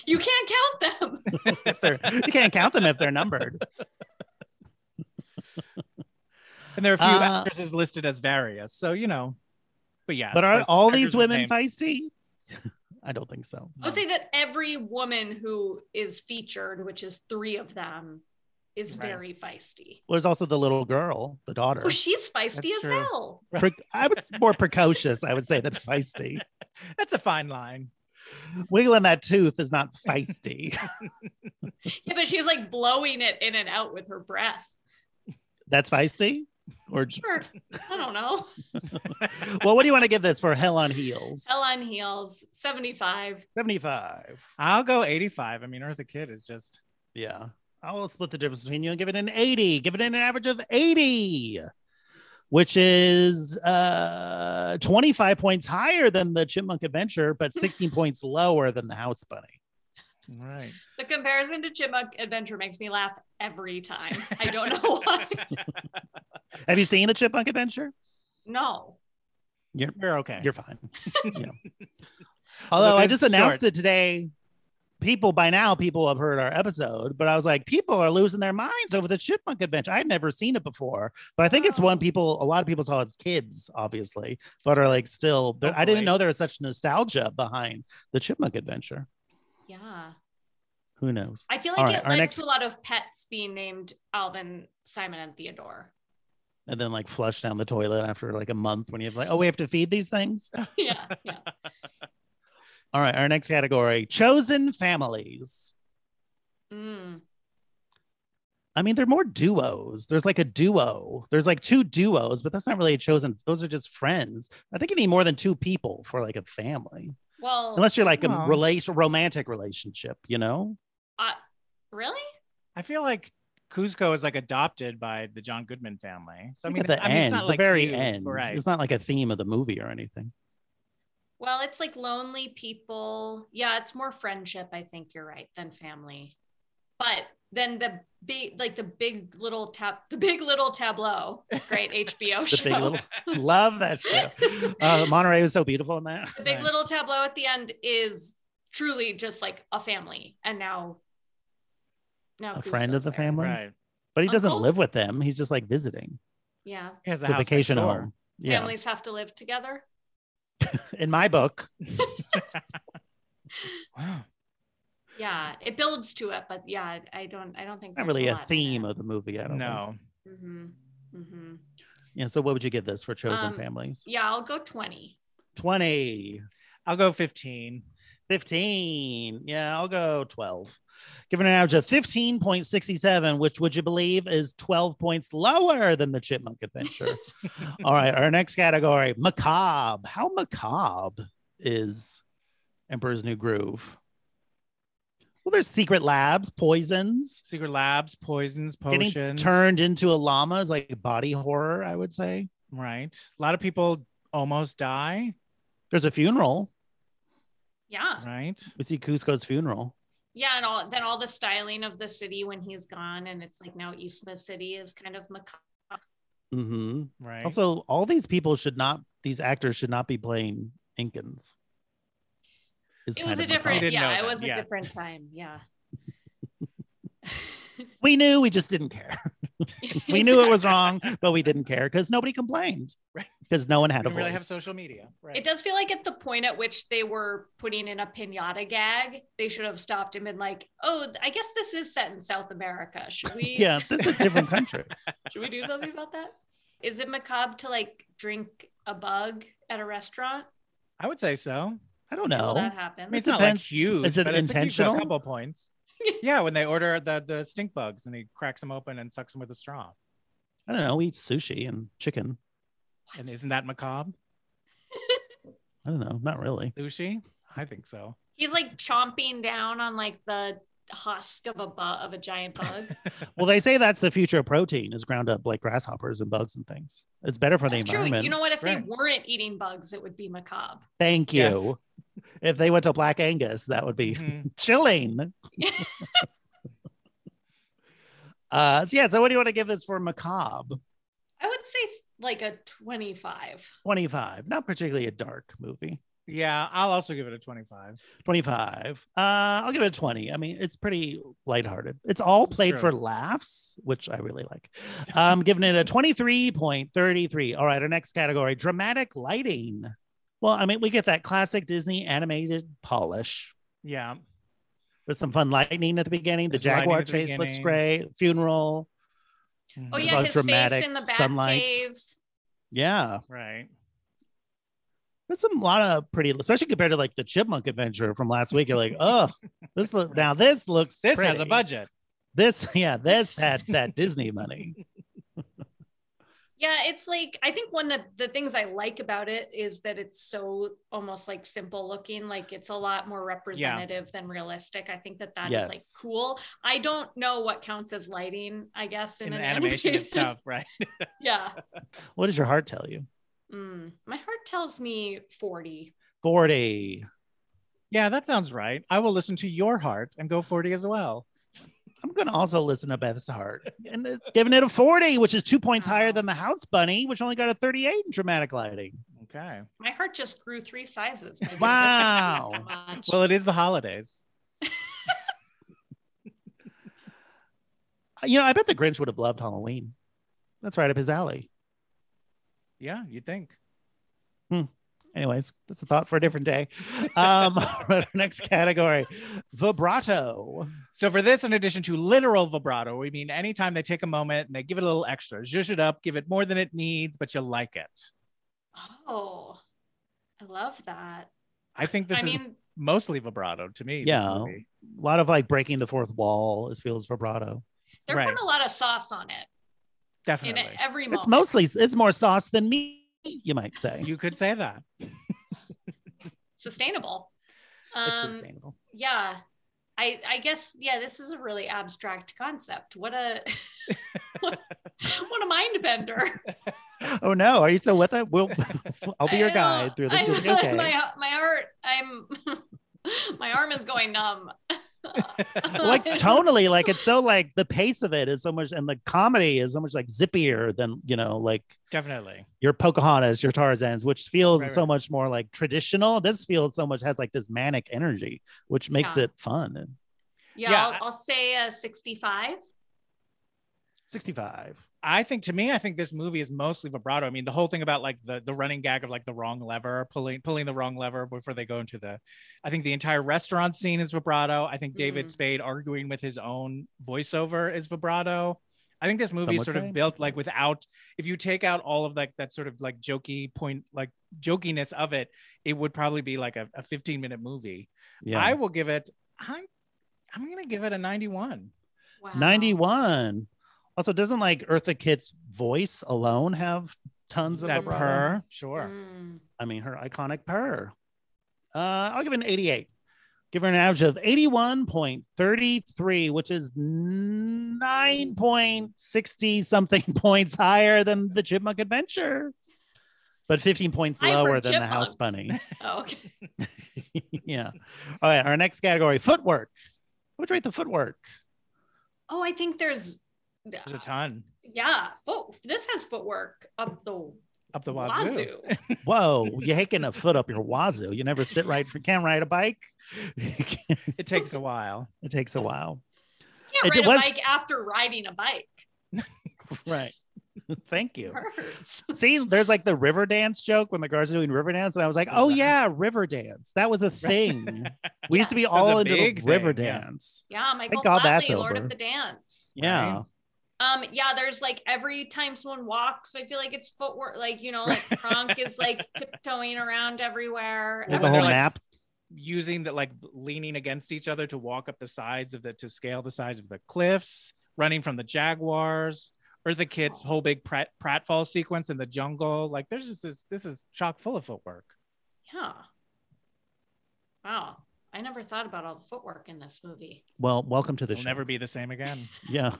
You can't count them.
if they're, you can't count them if they're numbered.
And there are a few
Uh,
actresses listed as various. So, you know, but yeah.
but
it's
are
first-
all
actors
these
with
women
names.
feisty? I don't think so.
I would say that every woman who is featured, which is three of them, is
Right.
very feisty.
Well, there's also the little girl, the daughter.
Oh, she's feisty
That's
as
true.
hell.
Pre- I was more precocious, I would say, than feisty.
*laughs* That's a fine line.
Wiggling that tooth is not feisty.
Yeah, but she's like blowing it in and out with her breath.
That's feisty. Or just,
Sure. I don't know.
*laughs* well, what do you want to give this for Hell on Heels?
Hell on heels, 75.
75.
I'll go 85. I mean, Eartha Kitt is just.
Yeah. I will split the difference between you and give it an 80. Give it an average of 80, which is uh 25 points higher than the Chipmunk
*laughs*
Adventure, but 16 points lower than the House Bunny.
Right.
The comparison to Chipmunk Adventure makes me laugh every
*laughs*
time. I don't know why.
Have you seen the Chipmunk Adventure?
No.
We're okay.
*laughs* You're fine. Yeah. Although I
it's
just
short.
announced it today
people by now people have heard our episode but i was like people are losing their minds over the chipmunk adventure i had never seen it before but i think it's one people a lot of people saw as kids obviously but are like still but i didn't
Hopefully.
know there was such nostalgia behind the chipmunk adventure
Yeah.
who knows
I feel
All
like
right,
it
our
led
next-
to a lot of pets being named Alvin, Simon, and Theodore.
and then like flush down the toilet after like a month when you have like oh we have to feed these things
yeah. Yeah.
all right our next category chosen families
Mm.
I mean, they're more duos. There's like a duo. There's like two duos, but that's not really a chosen. Those are just friends. I think you need more than two people for like a family,
Well,
unless you're like a
Well.
relation, romantic relationship, you know?
uh, really?
I feel like Cusco is like adopted by the John Goodman family. So I mean,
at the
I mean,
end,
it's not
the
like
very
huge,
end.
right?
It's not like a theme of the movie or anything.
Well, it's like lonely people. Yeah, it's more friendship, I think you're right, than family. But then the big like the big little tap the big little tableau. Great HBO
The
show.
big little, love that show. Uh, Monterey was so beautiful in that.
the big
Right.
little tableau at the end is truly just like a family. And now now
A
Cusco's
friend of the
there.
family,
right.
but he doesn't
Uncle?
live with them. He's just like visiting.
Yeah.
He has a
It's a
house next
vacation
door.
home. Yeah,
Families have to live together.
*laughs* in my book,
*laughs* Wow.
Yeah. It builds to it, but yeah, I don't I don't think
it's not
there's
really a
lot in
theme
there.
of the movie. I don't think.
No.
hmm hmm
Yeah. So, what would you give this for chosen
Um,
families?
Yeah, I'll go 20.
20,
I'll go 15.
15. Yeah, I'll go 12. Giving an average of 15.67, which would you believe is 12 points lower than the Chipmunk
*laughs*
Adventure. All right, our next category macabre. How macabre is Emperor's New Groove? Well, there's secret labs, poisons,
Secret labs, poisons, potions.
getting turned into a llama is like body horror, I would say.
Right. A lot of people almost die.
There's a funeral.
Yeah.
Right.
We see Cusco's funeral.
Yeah. And all then all the styling of the city when he's gone. And it's like now Eastma City is kind of macabre.
Mm-hmm.
Right.
Also, all these people should not; these actors should not be playing Inkins. Is
It
kind
was a
of macabre.
different,
didn't know
yeah, it
that,
was
yeah.
a different time. Yeah.
We knew, we just didn't care. we knew it was wrong, but we didn't care because nobody complained.
Right.
Because no one had
we
a
don't
voice.
really have social media. Right.
It does feel like at the point at which they were putting in a pinata gag, they should have stopped and been like, "Oh, I guess this is set in South America. Should we?
yeah, this is a different country.
*laughs* Should we do something about that? Is it macabre to like drink a bug at a restaurant?
I would say so.
I don't
Will
know.
that happen?
I mean, it's
It
not like
depends.
huge.
Is it
but it's a huge-
intentional?
A
*laughs*
couple points. yeah, when they order the the stink bugs and he cracks them open and sucks them with a straw.
I don't know. We eat sushi and chicken.
And isn't that macabre,
I don't know. Not really.
Lucy? I think so.
He's like chomping down on like the husk of a bu- of a giant bug.
*laughs*
Well, they say that's the future of protein is ground up like grasshoppers and bugs and things. It's better for the
That's true.
environment.
You know what? If they
Right.
weren't eating bugs, it would be macabre.
Thank you.
Yes.
If they went to Black Angus, that would be
Mhm.
chilling. Uh, so yeah. So what do you want to give this for macabre?
I would say like a twenty-five.
25. Not particularly a dark movie.
Yeah, I'll also give it a 25.
25. Uh, I'll give it a 20. I mean, it's pretty lighthearted. It's all played for
True.
laughs, which I really
*laughs*
like. Um, giving it a 23.33. All right, our next category, dramatic lighting. Well, I mean, we get that classic Disney animated polish
Yeah.
with some fun lightning at the beginning. The
There's lightning
jaguar
at the
chase looks
beginning. Mm-hmm.
great. Funeral.
Oh
There's a
yeah,
lot of
his
dramatic
face in the bat
sunlight.
cave.
Yeah.
Right.
There's some lot of pretty, especially compared to like the Chipmunk Adventure from last week. You're
*laughs*
like, oh, this look now. This looks.
This has a
pretty.
budget.
This, yeah, this had that Disney money.
Yeah, it's like I think one of the things I like about it is that it's so almost like simple looking. Like it's a lot more representative than realistic. I think that that is like
Yes.
cool. I don't know what counts as lighting. I guess in,
In
an
animation,
*laughs*
it's tough, right?
yeah.
What does your heart tell you?
Mm. My heart tells me forty.
40.
Yeah, that sounds right. I will listen to your heart and go 40 as well.
I'm going to also listen to Beth's heart. *laughs* And it's giving it a 40, which is two points higher than the house bunny, which only got a 38 in dramatic lighting.
Okay.
My heart just grew three sizes. by doing this
Wow.
so much.
Well, it is the holidays.
*laughs* You know, I bet the Grinch would have loved Halloween. That's right up his alley.
Yeah, you'd think.
Hmm. Anyways, that's a thought for a different day. Um, *laughs* all right, our next category, vibrato.
So for this, in addition to literal vibrato, we mean anytime they take a moment and they give it a little extra, zhuzh it up, give it more than it needs, but you like it.
Oh, I love that.
I think this
I
is
mean,
mostly vibrato to me. this
Yeah.
movie.
A lot of like breaking the fourth wall. It feels vibrato.
they're
right.
putting a lot of sauce on it in
definitely.
every moment.
It's mostly it's more sauce than meat, you might say.
You could say that.
sustainable.
it's
Um,
sustainable.
yeah, I I guess yeah, this is a really abstract concept. What a what a mind bender.
Oh no, are you still with
*laughs*
it? We'll *laughs* I'll be your
I know.
guide through this.
I'm- *laughs*
You'll be okay.
My my heart. I'm my arm is going numb.
like tonally, like it's so like the pace of it is so much, and the comedy is so much like zippier than you know, like
Definitely.
your Pocahontas, your Tarzans, which feels
Right,
so
right.
much more like traditional. This feels so much has like this manic energy, which makes
Yeah.
it fun.
Yeah,
Yeah,
I'll, I'll say uh, 65.
65.
I think to me, I think this movie is mostly vibrato. I mean, the whole thing about like the the running gag of like the wrong lever, pulling pulling the wrong lever before they go into the I think the entire restaurant scene is vibrato. I think David
Mhm.
Spade arguing with his own voiceover is vibrato. I think this movie
Some would
is sort
say.
of built like without if you take out all of like that sort of like jokey point like jokiness of it, it would probably be like a, a 15 minute movie.
Yeah.
I will give it I'm I'm gonna give it a 91.
Wow.
91. Also, doesn't like Eartha Kitt's voice alone have tons of
That
vibrato?
purr, sure.
Mm.
I mean, her iconic purr. Uh, I'll give it an 88. Give her an average of 81.33, which is 9.60 something points higher than the Chipmunk Adventure, but 15 points
I for
lower than the
chipmunks.
House Bunny.
Oh, okay.
yeah. All right. Our next category footwork. I would rate the footwork.
Oh, I think there's.
There's a ton
Yeah, foot, this has footwork up the
up the wazoo.
wazoo.
Whoa, you're hiking a foot up your wazoo. You never sit right, you can't ride a bike. it
It takes a while.
takes a while.
Yeah,
It
ride a
was-
bike after riding a bike.
Right. Thank you.
Hurts.
See, there's like the river dance joke when the guards are doing river dance, and I was like, "Oh yeah, river dance. That was a thing. We used to be
That was a
all into the
big
river
thing, yeah.
dance."
Yeah, Michael
God
Flatley,
that's
Lord
over.
of the Dance.
Yeah,
Right.
Um, yeah, there's like every time someone walks, I feel like it's footwork. Like you know, like
*laughs*
Kronk is like tiptoeing around everywhere.
there's
And
the
when
whole
they're, like,
map.
using the like leaning against each other to walk up the sides of the to scale the sides of the cliffs, running from the jaguars, or the kids' whole big prat, pratfall sequence in the jungle. Like there's just this this is chock full of footwork.
Yeah. Wow, I never thought about all the footwork in this movie.
well, welcome to the
It'll
show.
never be the same again.
yeah,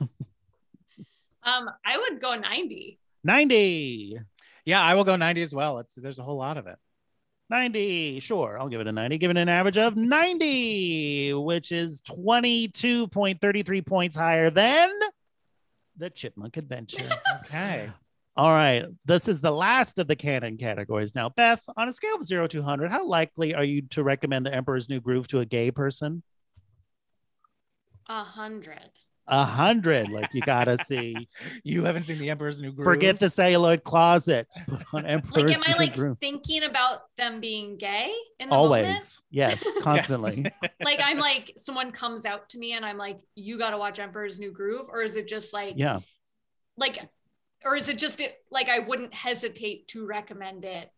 Um, I would go ninety.
ninety.
Yeah, I will go 90 as well. It's there's a whole lot of it.
90 sure i'll give it a 90 give it an average of 90 which is 22.33 points higher than the chipmunk adventure
*laughs* Okay.
all right this is the last of the canon categories now beth on a scale of 0 to 100 how likely are you to recommend the emperor's new groove to a gay person
A hundred.
a hundred like you gotta see
You haven't seen the Emperor's New *laughs* Groove.
forget the celluloid closet put on
*laughs*
Like,
emperor's
am I
new
like
groove
thinking about them being gay in the
always
moment?
yes constantly
like I'm like someone comes out to me and I'm like, you got to watch Emperor's New Groove, or is it just like
yeah
like, or is it just it, like I wouldn't hesitate to recommend it?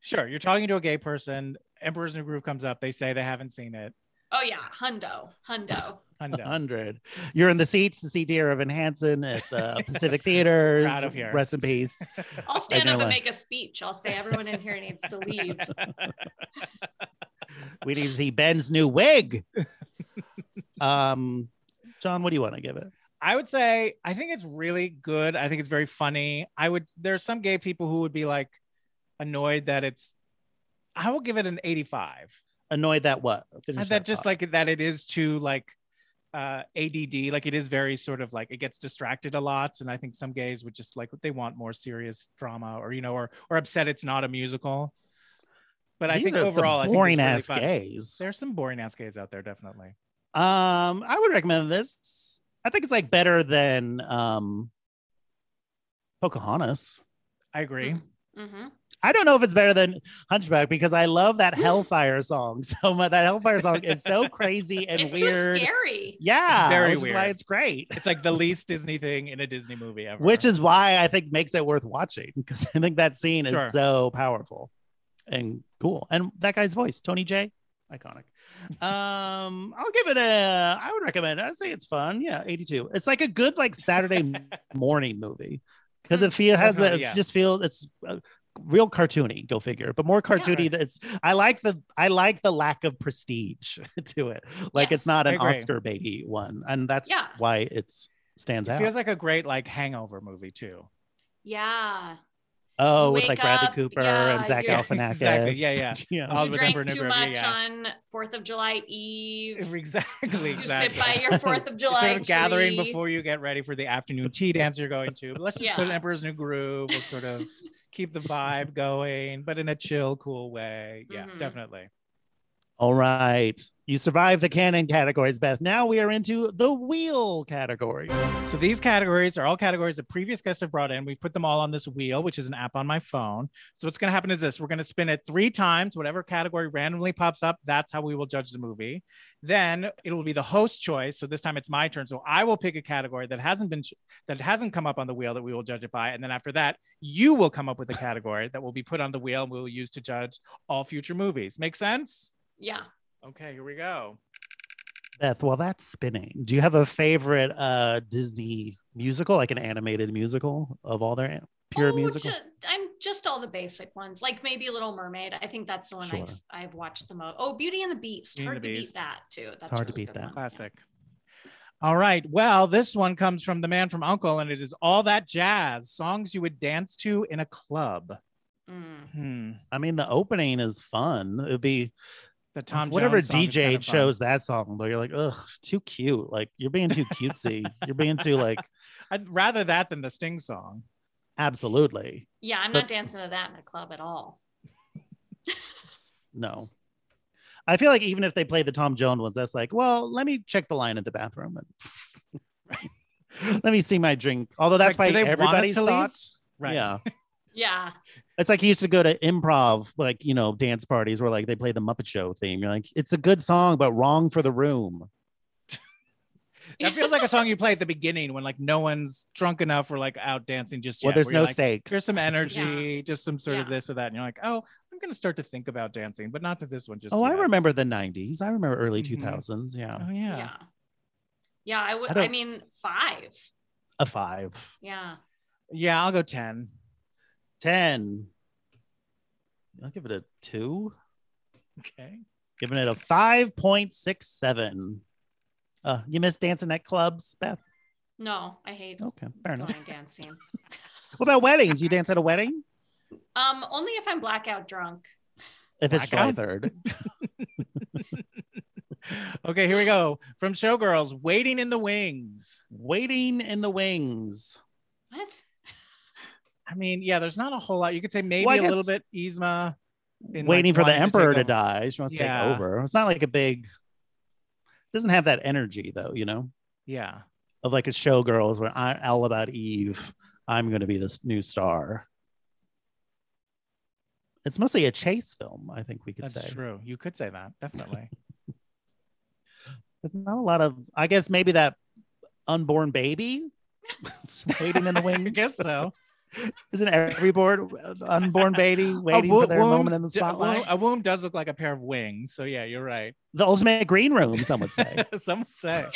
Sure, you're talking to a gay person. Emperor's New Groove comes up. They say they haven't seen it.
Oh yeah, Hundo, Hundo.
*laughs* Hundo.
100. You're in the seats to see Dear Evan Hansen at
*laughs*
the Pacific Theaters.
Proud of here. *laughs*
Rest in peace. *laughs*
I'll stand
know
up and
why.
make a speech. I'll say everyone in here needs
*laughs*
to leave.
We need to see Ben's new wig. Um, John, what do you want to give it?
I would say I think it's really good. I think it's very funny. I would there's some gay people who would be like annoyed that it's I will give it an 85.
Annoyed that what?
And
Finish
that just
thought.
like that it is too like uh ADD like it is very sort of like it gets distracted a lot and I think some gays would just like they want more serious drama or you know or or upset it's not a musical. But I
These
think
are some
overall I think
boring
it's really
ass
fun.
gays.
There's some boring ass gays out there definitely.
Um, I would recommend this I think it's like better than um Pocahontas.
I agree.
Mm-hmm.
I don't know if it's better than Hunchback because I love that Hellfire song so much. That Hellfire song is so crazy and
It's
weird.
too scary.
Yeah,
It's very
which is why
weird.
it's great.
It's like the least Disney thing in a Disney movie ever.
Which is why I think makes it worth watching because I think that scene
Sure.
is so powerful and cool. And that guy's voice, Tony J,
*laughs*
iconic. Um, I'll give it a. I would recommend. It. I'd say it's fun. Yeah, eighty-two. It's like a good like
*laughs*
Saturday morning movie because it feel has a,
Definitely,
it
Uh-huh, yeah.
just feels it's uh, real cartoony. Go figure. But more cartoony. that It's I like the I like the lack of prestige *laughs* to it. Like
Yes.
it's not
I
an
agree.
Oscar baity one, and that's
Yeah.
why it's stands
it
out.
feels like a great like hangover movie too.
Yeah.
Oh,
You
with
wake
like Bradley
up,
Cooper
yeah,
and Zach
you're-
Galifianakis.
Exactly, yeah,
*laughs*
yeah. All
you
the
drank
different
too
number of-
much
yeah. *laughs*
on Fourth of July Eve.
Exactly.
You sit
Exactly.
by your Fourth
*laughs*
of
You're
July
sort of gathering
tree.
before you get ready for the afternoon tea dance you're going to. But let's just put
Yeah.
Emperor's New Groove. We'll
*laughs*
sort of keep the vibe going, but in a chill, cool way. Yeah,
Mhm.
definitely.
All right. You survived the canon categories, Beth. Now we are into the wheel category.
So these categories are all categories that previous guests have brought in. We've put them all on this wheel, which is an app on my phone. So what's going to happen is this: we're going to spin it three times. Whatever category randomly pops up, that's how we will judge the movie. Then it will be the host choice. So this time it's my turn. So I will pick a category that hasn't been that hasn't come up on the wheel that we will judge it by, and then after that, you will come up with a category that will be put on the wheel and we will use to judge all future movies. Make sense?
Yeah.
Okay, here we go.
Beth, while that's spinning, do you have a favorite uh Disney musical, like an animated musical of all their an- pure
Oh,
musical?
ju- I'm just all the basic ones, like maybe Little Mermaid. I think that's the one I,
Sure.
s- I've watched the most. Oh, Beauty and the Beast.
Beauty and
hard
the
to
Beast.
beat that too. That's
hard
a
to
really
beat
good
that.
one.
Classic. All right. Well, this one comes from the man from Uncle, and it is all that jazz songs you would dance to in a club.
Yeah. Mm.
Hmm.
I mean, the opening is fun. It would be
The Tom
whatever
Jones song is
DJ
kind of fun.
chose that song, but you're like, ugh, too cute. Like you're being too cutesy. you're being too like
*laughs* I'd rather that than the Sting song.
absolutely.
Yeah, I'm
But-
not dancing to that in a club at all.
no. I feel like even if they play the Tom Jones ones, that's like, well, let me check the line at the bathroom and let me see my drink. Although that's
It's like,
why
do they want us
everybody's
to leave?
thoughts.
Right.
Yeah.
Yeah.
It's like he used to go to improv, like, you know, dance parties where like they play the Muppet Show theme. You're like, it's a good song, but wrong for the room.
That feels like a song you play at the beginning when like no one's drunk enough or like out dancing just
well,
yet,
there's
where you're
no
like,
stakes.
Here's some energy, just some sort of
Yeah.
this or that. And you're like, oh, I'm going to start to think about dancing, but not to this one. Just
oh, I
yet.
remember the 90s. I remember early
Mhm.
2000s. Yeah.
Oh,
Yeah.
yeah.
Yeah. I would.
I
I,
don't-
mean, five.
A five.
Yeah.
Yeah, I'll go 10.
10. I'll give it a two.
Okay.
giving it a 5.67. Uh, you miss dancing at clubs, Beth?
No, I hate
Okay, fair enough.
going dancing.
*laughs*
*laughs*
What about weddings? You dance at a wedding?
Um, only if I'm blackout drunk.
If it's July
Blackout?
3rd.
*laughs* okay, here we go. From Showgirls, Waiting in the Wings.
Waiting in the wings.
What?
I mean, yeah, there's not a whole lot. You could say maybe
I
a little
guess-
bit Yzma. in,
Waiting
like,
for the
wanting
emperor to,
take over.
die. She wants to
Yeah.
take over. It's not like a big, doesn't have that energy though, you know,
Yeah.
of like a showgirls where I'm all about Eve. I'm going to be this new star. It's mostly a chase film, I think we could
That's
say.
true. You could say that, definitely.
There's not a lot of, I guess maybe that unborn baby *laughs* is waiting in the wings.
*laughs* I
*laughs*
guess so.
Isn't every born unborn baby waiting
wo-
for their
wombs
moment in the
d- a wo-
spotlight?
A womb does look like a pair of wings. So yeah, you're right.
the ultimate green room, some would say.
*laughs* Some would say.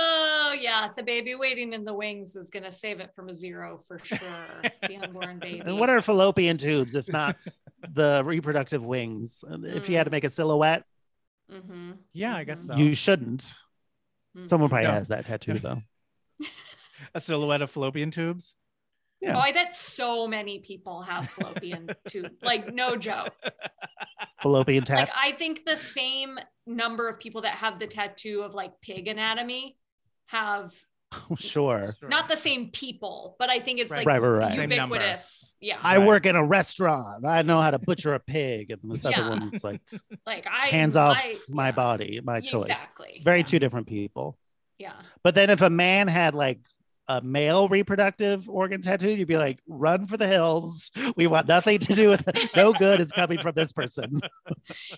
Oh yeah, the baby waiting in the wings is gonna save it from a zero for sure. the unborn baby.
*laughs* and what are fallopian tubes if
*laughs*
not the reproductive wings? Uh, If you had to
Mm.
make a silhouette,
Mm-hmm.
Yeah, I guess so.
you shouldn't. Someone probably
No.
has that tattoo
No.
though.
A silhouette of fallopian tubes.
Yeah.
Oh, I bet so many people have fallopian tube. Like, no joke.
*laughs* Fallopian tats.
Like, I think the same number of people that have the tattoo of like pig anatomy have
sure.
Not the same people, but I think it's
Right.
like
Right, right, right. Same
number.
ubiquitous. Yeah.
I work in a restaurant. I know how to butcher a pig. And this
Yeah.
other one's like,
like I
hands off
I-
my
yeah.
body, my choice.
Exactly.
Very
yeah.
two different people.
Yeah.
But then if a man had like a male reproductive organ tattoo, you'd be like, run for the hills. We want nothing to do with it. No good is coming from this person.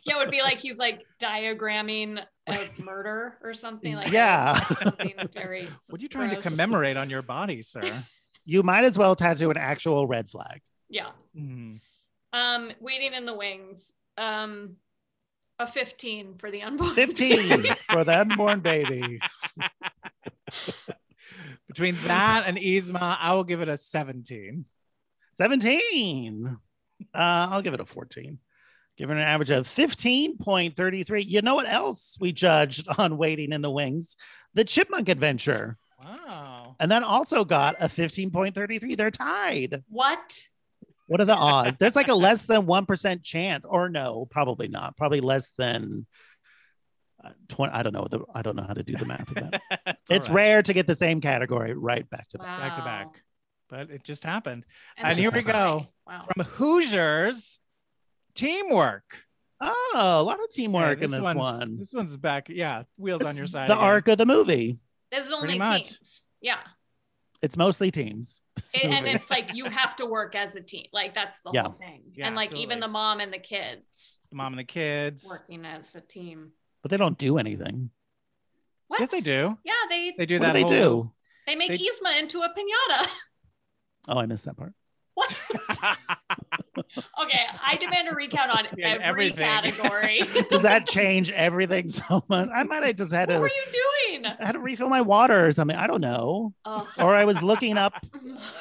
Yeah, it would be like he's like diagramming a murder or something like
Yeah.
*laughs*
something very
What are you trying
Gross.
to commemorate on your body, sir?
You might as well tattoo an actual red flag.
yeah.
Mm.
Um waiting in the wings. Um a 15 for the unborn.
*laughs*
15 for the unborn baby.
Between that and Yzma, I will give it a 17.
17. Uh, I'll give it a 14. Given an average of 15.33. You know what else we judged on Waiting in the Wings? The Chipmunk Adventure.
Wow.
And then also got a 15.33. They're tied.
what?
What are the odds? There's like a less than 1% chance, or no, probably not. Probably less than. uh, 20, I don't know. The, I don't know how to do the math. Of that. *laughs* it's rare to get the same category right back to back.
Wow.
Back to back. But it just happened.
And
then
here we
just
go.
high. Wow.
From Hoosiers, teamwork.
Oh, a lot of
Yeah,
teamwork in this
one's-
one.
This one's back. Yeah, wheels on
It's
your side.
The
again.
arc of the movie.
There's only
Pretty much.
teams. Yeah.
It's mostly teams. This
It- and
movie.
it's like you have to work as a team. Like that's the
Yeah.
whole thing.
Yeah,
and like even
absolutely.
the mom and the kids
The mom and the kids.
working as a team.
but they don't do anything.
What?
Yes, they do.
Yeah, they
They do
what
that.
do they
*laughs* whole-
do?
they make
They-
Yzma into a pinata.
Oh, I missed that part.
What? okay, I demand a recount on
*laughs* Yeah,
every
everything.
category.
Does that change everything so much? I might have just had
what
to
were you doing?
had to refill my water or something. I don't know.
Oh.
Or I was looking up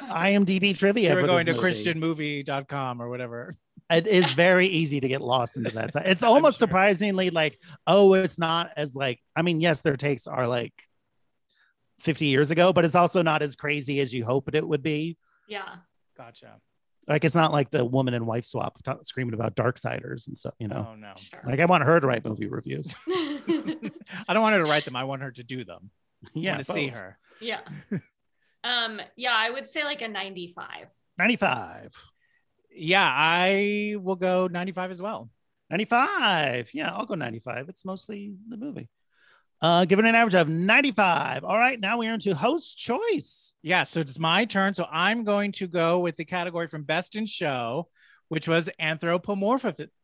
I,
IMDb trivia.
you were
for
going to
this movie.
christianmovie.com or whatever.
It is very easy to get lost into that. side.
*laughs*
It's almost
sure.
surprisingly like, oh, it's not as like. I mean, yes, their takes are like fifty years ago, but it's also not as crazy as you hoped it would be.
yeah.
Gotcha.
Like, it's not like the woman and wife swap ta- screaming about Darksiders and stuff. You know,
Oh, no.
Sure.
like I want her to write movie reviews.
I don't want her to write them. I want her to do them. I
yeah,
want to see
both.
her.
yeah. Um, yeah, I would say like a 95.
95.
Yeah, I will go 95 as well.
95. Yeah, I'll go 95. It's mostly the movie. Uh, given an average of 95. All right, now we're into host choice.
Yeah, so it's my turn. So I'm going to go with the category from Best in Show, which was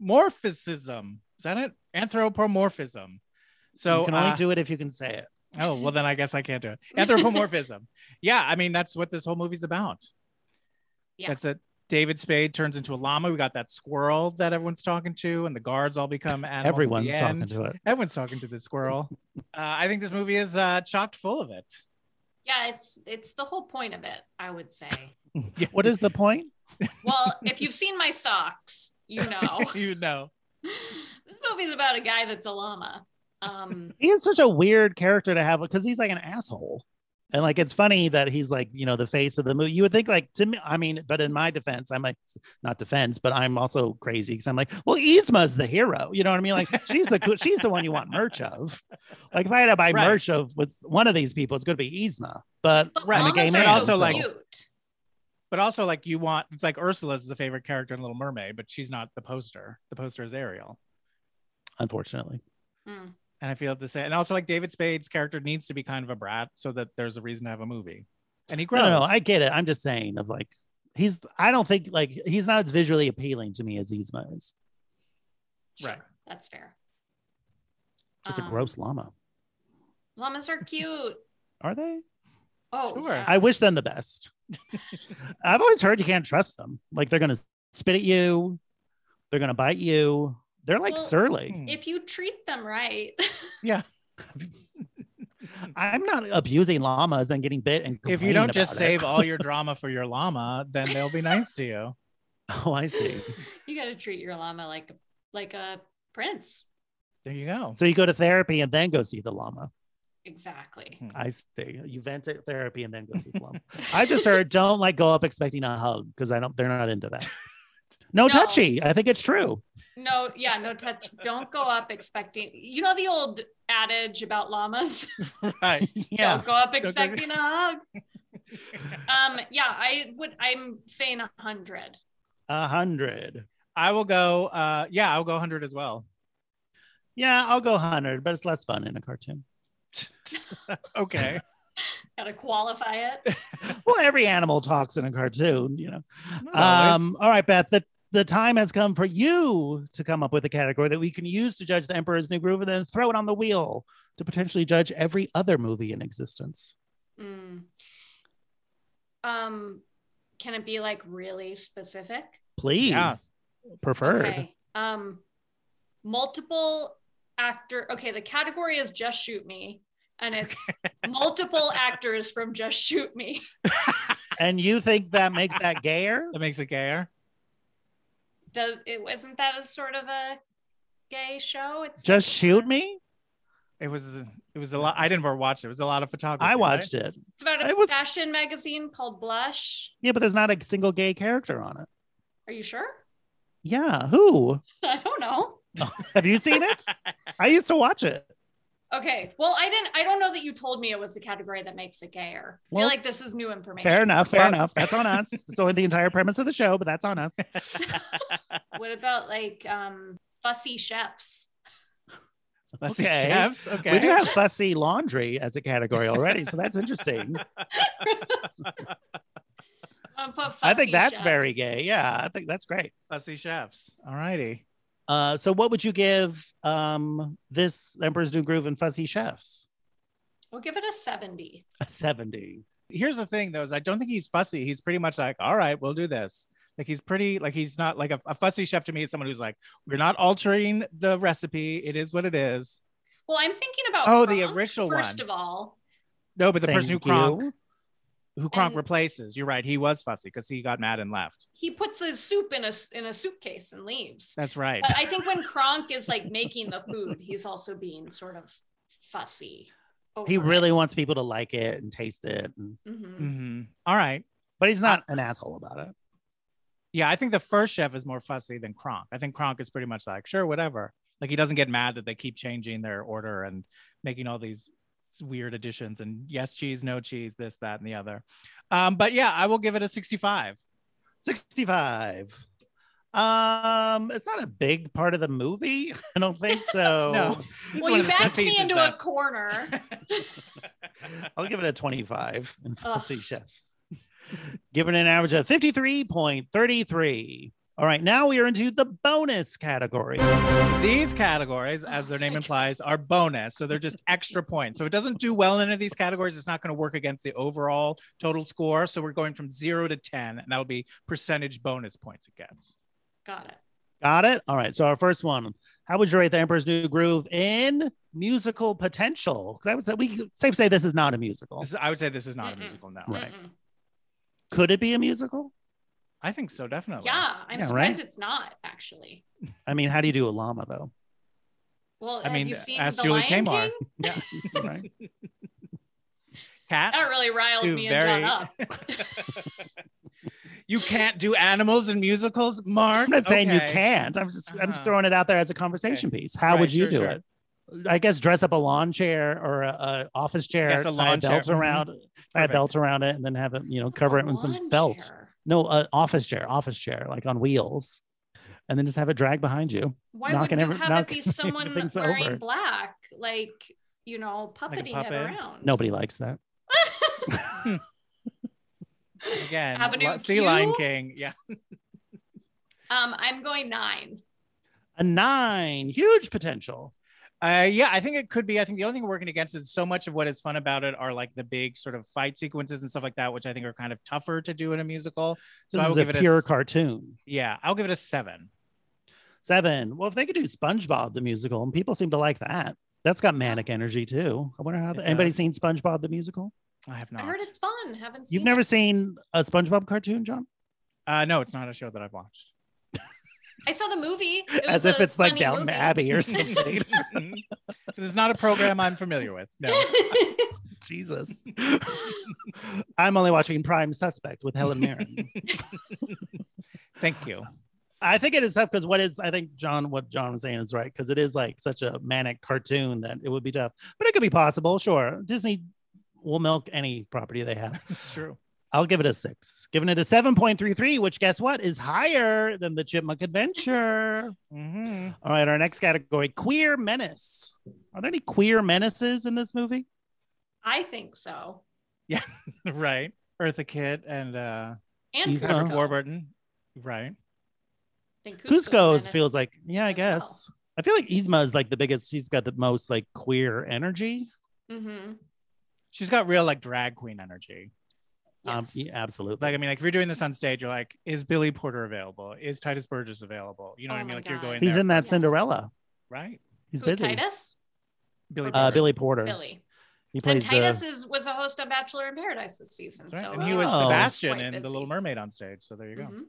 anthropomorphism. Is that it? Anthropomorphism. So
you can only
uh,
do it if you can say it.
Oh, well, then I guess I can't
*laughs*
do it. Anthropomorphism. yeah, I mean, that's what this whole movie's about.
Yeah.
That's it. David Spade turns into a llama. We got that squirrel that everyone's talking to, and the guards all become animals.
Everyone's talking to it.
Everyone's talking to
*laughs*
the squirrel. uh, I think this movie is uh, chocked full of it.
Yeah, it's it's the whole point of it, I would
*laughs*
say.
Yeah.
What is the point?
Well, if you've seen my socks, you know.
you know?
this movie's about a guy that's a llama. Um,
He is such a weird character to have because he's like an asshole. And like it's funny that he's like, you know, the face of the movie. You would think like to me, I mean, but in my defense, I'm like not defense, but I'm also crazy because I'm like, well, Yzma's the hero. You know what I mean? *laughs* Like she's the cool- she's the one you want merch of. Like if I had to buy
Right.
merch of with one of these people, it's gonna be Yzma. But
but
Right,
I'm a
the
gay
llamas
man,
are
also,
so
like-
cute.
But also, like, you want it's like Ursula's the favorite character in Little Mermaid, but she's not the poster. The poster is Ariel.
unfortunately.
Mm.
And I feel the same. And also, like, David Spade's character needs to be kind of a brat so that there's a reason to have a movie. And he
No,
grows.
no, no, I get it. I'm just saying of like he's I don't think like he's not as visually appealing to me as Yzma is.
Sure,
Right.
That's fair.
Just a
Um,
gross llama.
Llamas are cute.
Are they?
Oh,
Sure.
yeah.
I wish them the best. I've always heard you can't trust them. Like they're gonna spit at you, they're gonna bite you. They're like
Well-
surly.
Hmm.
if you treat them right.
yeah.
I'm not abusing llamas and getting bit and
if you
complaining
don't just
about it.
save
*laughs*
all your drama for your llama, then they'll be nice to you.
Oh, I see.
you got to treat your llama like like a prince.
There you go.
So you go to therapy and then go see the llama.
Exactly.
I see. You vent at therapy and then go see the llama. I've just heard don't like go up expecting a hug because I don't they're not into that. No,
No.
touchy. I think it's true.
No, yeah, no touch. Don't go up expecting. You know the old adage about llamas.
Right.
Yeah.
Don't go up
*laughs* go-
expecting a hug. um, yeah, I would. I'm saying a hundred.
A hundred.
I will go. Uh, yeah, I'll go 100 as well.
Yeah, I'll go hundred, but it's less fun in a
*laughs*
cartoon.
Okay.
Gotta qualify it.
*laughs* well, every animal talks in a cartoon, you know.
Not always.
Um, all right, Beth, the, the time has come for you to come up with a category that we can use to judge the Emperor's New Groove and then throw it on the wheel to potentially judge every other movie in existence.
Mm. Um, can it be like really specific?
Please,
Yeah.
preferred.
Okay. Um, multiple actor. Okay, the category is just shoot me, and it's multiple actors from Just Shoot Me.
And you think that makes that gayer?
that makes it gayer.
Does it isn't that a sort of a gay show? It's
Just shoot me.
It was it was a lot. I didn't ever watch it. It was a lot of photography.
I
right?
watched
*laughs*
it.
It's about a
It was-
fashion magazine called Blush.
Yeah, but there's not a single gay character on it.
Are you sure?
Yeah, who?
*laughs* I don't know.
*laughs* Have you seen it? I used to watch it.
Okay. Well, I didn't. I don't know that you told me it was a category that makes it gayer. I
Well,
feel like this is new information.
Fair enough. Fair
Well-
enough. That's on us. It's only the entire premise of the show, but that's on us.
What about like um fussy chefs?
Fussy
Okay.
Chefs. Okay.
We do have fussy laundry as a category already, so
*laughs*
that's interesting.
I'm gonna put
I
fussy
think that's
chefs.
very gay. Yeah, I think that's great.
Fussy chefs. All righty.
Uh, so, what would you give um, this Emperor's New Groove and Fussy Chefs?
We'll give it a 70.
A seventy.
Here's the thing, though, is I don't think he's fussy. He's pretty much like, all right, we'll do this. Like he's pretty, like he's not like a, a fussy chef to me. Is someone who's like, we're not altering the recipe. It is what it is.
Well, I'm thinking about
Oh, the
Kronk,
original
first
one.
of all.
No, but the person who
Thank
Kronk,
you.
who Kronk
And-
replaces, you're right. He was fussy because he got mad and left.
He puts his soup in a in a suitcase and leaves.
That's right.
But I think when Kronk is like making the food, he's also being sort of fussy.
He really wants people to like it and taste it, and,
hmm
hmm All right.
but he's not Mm-hmm. an asshole about it.
Yeah, I think the first chef is more fussy than Kronk. I think Kronk is pretty much like, sure, whatever. Like he doesn't get mad that they keep changing their order and making all these weird additions and yes cheese, no cheese, this, that, and the other. Um, but yeah, I will give it a 65.
65. Um, it's not a big part of the movie. *laughs* I don't think so.
*laughs* No. This is
Well,
one
you
of the set
backed me
pieces
into
that-
a corner.
I'll give it a 25 in
Ugh.
fussy chefs. Give it an average of 53.33. All right, now we are into the bonus category.
These categories, as
Oh
their name implies, are bonus. So they're just extra points. So if it doesn't do well in any of these categories, it's not going to work against the overall total score. So we're going from zero to 10, and that'll be percentage bonus points it gets.
Got it.
Got it? All right, so our first one. How would you rate the Emperor's New Groove in musical potential? Because I would say we could- safe to say this is not a musical.
This is- I would say this is not
Mm-mm.
a musical, no.
Right.
Mm-mm.
Could it be a musical?
I think so, definitely.
Yeah, I'm
Yeah,
surprised
right?
it's not actually.
I mean, how do you do a llama though?
Well,
I
have
mean,
you seen
ask
the
Julie
Lion
Taymor.
King?
*laughs* Right?
*laughs* Cats.
That really riled
do
me and
very-
John up.
*laughs* You can't do animals in musicals, Mark.
I'm not saying you
Okay.
can't. I'm just I'm just
Uh-huh.
throwing it out there as a conversation piece. How
Right,
would you
sure,
do
sure.
it? I guess dress up a lawn chair or a, a office chair,
Yes, a
tie
lawn chair.
belt
Mhm.
around, tie a
Perfect.
belt around it, and then have it, you know, cover it with some
Lawn
felt.
chair.
No, an office chair, office chair, like on wheels, and then just have it drag behind you.
Why
Knocking
wouldn't
every-
you have it
*laughs* knocking
be someone
things
wearing
over.
black, like you know,
Like a
puppeting
puppet.
Mm-hmm. it around?
Nobody likes that.
Again,
Avenue
Lo- Sea
Q?
Lion King. Yeah.
Um, I'm going nine.
A nine, huge potential.
Uh, yeah, I think it could be. I think the only thing working against is so much of what is fun about it are like the big sort of fight sequences and stuff like that, which I think are kind of tougher to do in a musical. So
This
I will
is
give
a
it
pure
a s-
cartoon.
Yeah, I'll give it a seven.
Seven. Well, if they could do SpongeBob the musical, and people seem to like that, that's got
Oh.
manic energy too. I wonder how.
It
The, anybody
does.
seen SpongeBob the musical?
I have not.
I heard it's fun. Haven't seen
You've never
it.
seen a SpongeBob cartoon, John?
Uh, no, it's not a show that I've watched.
I saw the movie. It
As
was
if
a
it's like
funny
Down
movie.
the Abbey or something. *laughs*
Mhm. this is not a program I'm familiar with. No.
*laughs* Jesus. I'm only watching Prime Suspect with Helen Mirren.
*laughs*
Thank you.
I think it is tough because what is I think John what John was saying is right because it is like such a manic cartoon that it would be tough, but it could be possible. Sure, Disney will milk any property they have.
It's true.
I'll give it a six, giving it a seven point three three, which guess what is higher than the Chipmunk Adventure.
Mm-hmm.
All right, our next category: queer menace. Are there any queer menaces in this movie?
I think so.
Right. Eartha Kitt and uh,
And
He's
Edward
Cusco.
Cusco.
Warburton. Right.
I think
Cusco
Menace.
feels like yeah, I
as well.
guess. I feel like Yzma is like the biggest. She's got the most like queer energy.
Mhm.
She's got real like drag queen energy.
Um,
Yes.
yeah, absolutely.
Like I mean, like if you're doing this on stage, you're like, is Billy Porter available? Is Titus Burgess available? You know
Oh
what I mean?
my
Like you're
God.
going.
He's
there
in
for-
that
Yes.
Cinderella.
right?
He's
Who,
busy.
Titus?
Billy.
Uh,
Porter.
Billy Porter.
Billy.
He
And
plays
Titus
the.
is was a host of Bachelor in Paradise this season.
That's right.
So
And he was
Oh.
Sebastian
Quite
in The
busy.
Little Mermaid on stage. So there you go.
Mhm.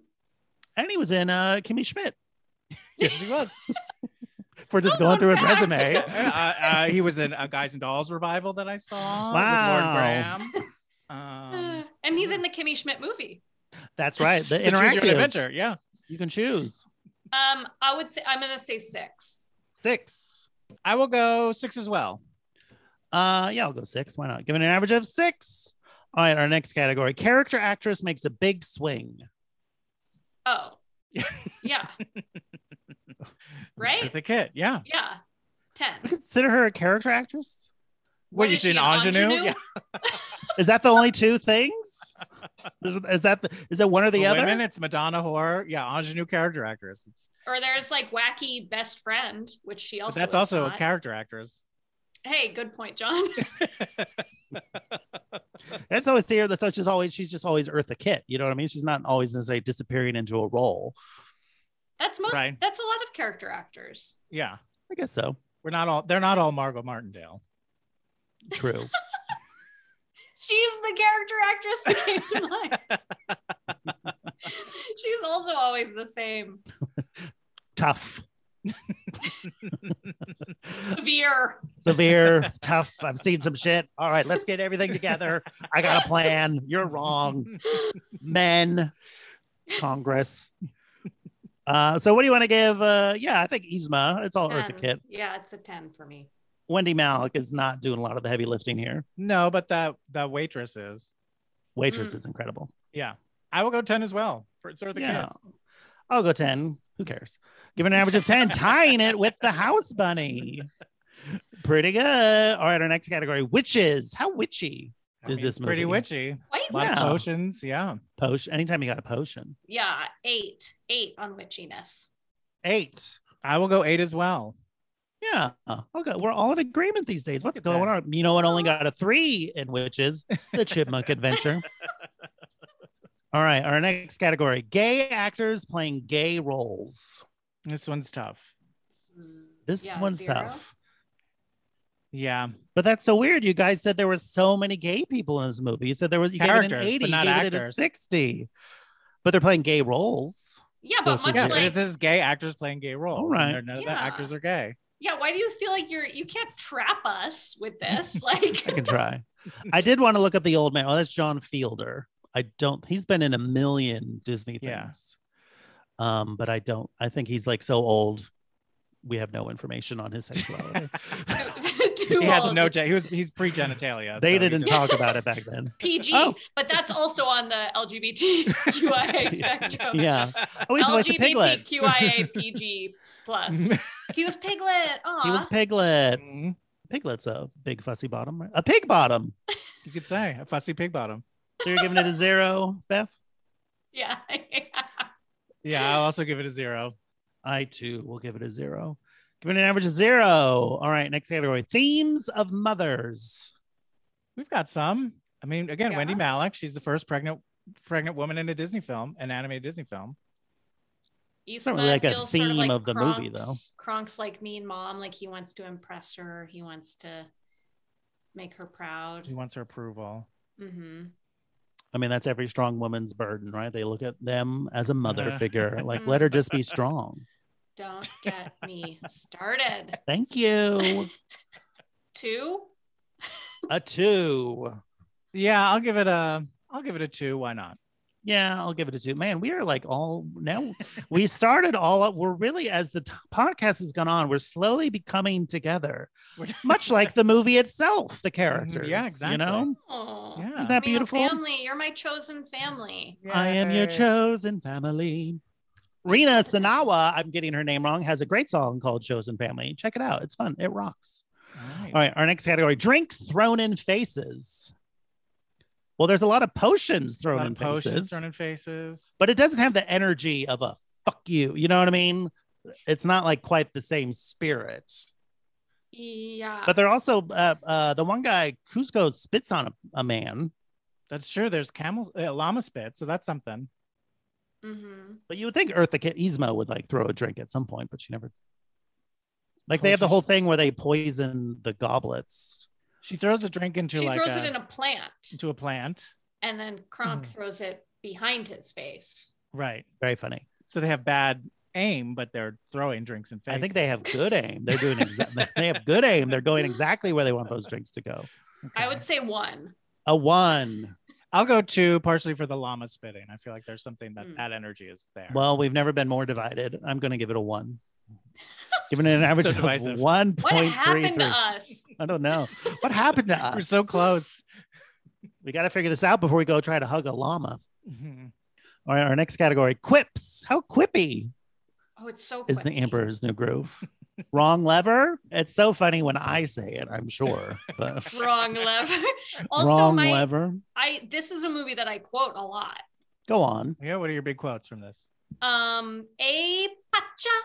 and he was in uh, Kimmy Schmidt.
Yes, he was.
We're just
Come
going
on, *laughs*
through his
fact.
resume.
uh, uh, he was in a Guys and Dolls revival that I
*laughs*
saw.
Wow.
With Lord Graham. Um,
and he's in the Kimmy Schmidt movie.
That's right. The
the Choose Your Own
interactive.
adventure. Yeah.
You can choose
Um, I would say I'm gonna say six.
six.
I will go six as well.
Uh, yeah, I'll go six. Why not? Give it an average of six. All right, our next category: character actress makes a big swing.
Oh, yeah, Right?
The kid. Yeah.
yeah,
We
ten.
consider her a character actress.
What,
What
you
is
see
she,
an
an
ingenue?
ingenue?
Yeah.
Is that the only two things? Is is that the, is that one or the
For
other?
women, it's Madonna horror. Yeah, ingenue character actress. It's,
Or there's like wacky best friend, which she
but
also.
that's
is
also a
not.
character actress.
Hey, good point, John.
That's always here. That's she's always she's just always Eartha Kitt. You know what I mean? She's not always necessarily disappearing into a role.
That's most.
Right.
That's a lot of character actors. *laughs*
Yeah.
I guess so.
We're not all. They're not all Margot Martindale.
True.
She's the character actress that came to mind. She's also always the same.
tough,
Severe.
severe, *laughs* tough. I've seen some shit. All right, let's get everything together. I got a plan. You're wrong. Men, Congress. Uh, so what do you want to give? Uh, yeah, I think Yzma. It's all Eartha
10.
Kitt.
Yeah, it's a ten for me.
Wendy Malik is not doing a lot of the heavy lifting here.
No, but that that waitress is.
Waitress
Mm.
is incredible.
Yeah. I will go ten as well for sort of the
yeah.
kid.
I'll go 10. Who cares? Give it an average of 10, tying it with the house bunny. Pretty good. All right, our next category witches. How witchy
I
Is this
pretty
movie?
witchy?
White
A lot of
Yeah.
potions. Yeah.
potion? Anytime you got a potion,
Yeah, eight. Eight on witchiness.
eight.
I will go eight as well.
Yeah. Okay. We're all in agreement these days. What's
at that.
going on? You know, it only got a three in witches, the
*laughs*
chipmunk adventure. All right. Our next category gay actors playing gay roles.
This one's tough.
This
Yeah,
one's
zero.
tough.
Yeah.
But that's so weird. You guys said there were so many gay people in this movie. You said there was you gave it an
Characters,
80,
but not
you gave it a
actors.
60ty. But they're playing gay roles.
Yeah,
So
but
it's
much
just-
Yeah.
It's
like
this is gay actors playing gay roles.
All
All
right.
right. None of the
Yeah.
actors are gay.
yeah, why do you feel like you're you can't trap us with
*laughs*
this? Like
I can try. I did want to look up the old man. Oh, that's John Fielder. I don't he's been in a million Disney
Yeah.
things. Um, but I don't I think he's like so old. We have no information on
*laughs*
his sexuality.
too
he has
old.
no gen- he was he's pre-genitalia so
they
he
didn't
*laughs*
just-
talk about it back then.
PG,
Oh.
but that's also on the LGBTQIA spectrum. *laughs*
Yeah. Oh, he's the voice of Piglet.
LGBTQIA PG plus.
*laughs*
He was Piglet. Aw.
He was Piglet.
Mhm.
Piglet's a big fussy bottom, right? A pig bottom.
*laughs* you could say a fussy pig bottom
So you're giving it a zero, Beth?
yeah.
yeah i'll also give it a zero
I too will give it a zero. Give it an average of zero. All right, next category: themes of mothers.
we've got some i mean again wendy
Yeah.
malik she's the first pregnant pregnant woman in a disney film an animated disney film
It's
not really like a theme of the movie, though.
Kronk's like mean mom, like he wants to impress her. He wants to make her proud.
she wants her approval
hmm
I mean, that's every strong woman's burden, right? They look at them as a mother
Uh.
figure.
*laughs*
Like, let her just be strong.
Don't get me started.
Thank you.
Two.
A two.
yeah i'll give it a i'll give it a two why not Yeah, I'll give it a two. Man, we are like all
*laughs*
now. we started all up. We're really as the t- podcast has gone on, we're slowly becoming together,
*laughs*
much like the movie itself. The characters,
yeah,
You
exactly.
know,
Oh,
Yeah.
my
Isn't that beautiful?
Family, you're my chosen family.
I am your chosen family. Rena Sanawa, I'm getting her name wrong, has a great song called "Chosen Family." Check it out; it's fun. It rocks.
All
All right, our next category: drinks thrown in faces. Well, there's a lot of potions
A
thrown
lot
in
of potions,
faces.
turning faces.
but it doesn't have the energy of a fuck you. You know what I mean? It's not like quite the same spirit.
Yeah.
But they're also uh, uh, the one guy Cusco spits on a, a man,
That's true. There's camel uh, llama spit, so that's something.
hmm
but you would think Eartha Kitt Yzma would like throw a drink at some point, but she never. Like they have the whole thing where they poison the goblets.
She throws a drink into
She
like
throws
a,
it in a plant,
into a plant, Mm.
and then Kronk throws it behind his face.
right?
Very funny.
So they have bad aim, but they're throwing drinks in faces.
I think they have good aim.
*laughs*
They're doing exactly. they have good aim. They're going exactly where they want those drinks to go.
I would say one.
A one.
I'll go two, partially for the llama spitting. I feel like there's something that
Mm.
that energy is there.
Well, we've never been more divided. I'm going to give it a
*laughs*
one. Giving it an average
divisive.
of one
What
point three
happened
three.
to us?
I don't know what happened to us.
we're so close.
We got to figure this out before we go try to hug a llama.
Mhm.
All right, our next category: quips. How quippy
Oh, it's so.
is the
quick.
Emperor's New Groove? Wrong lever. It's so funny when I say it. I'm sure,
*laughs*
but
Wrong
*laughs*
lever. also,
wrong
my
lever.
I this is a movie that I quote a lot.
Go on.
Yeah, what are your big quotes from this?
Um, a pacha.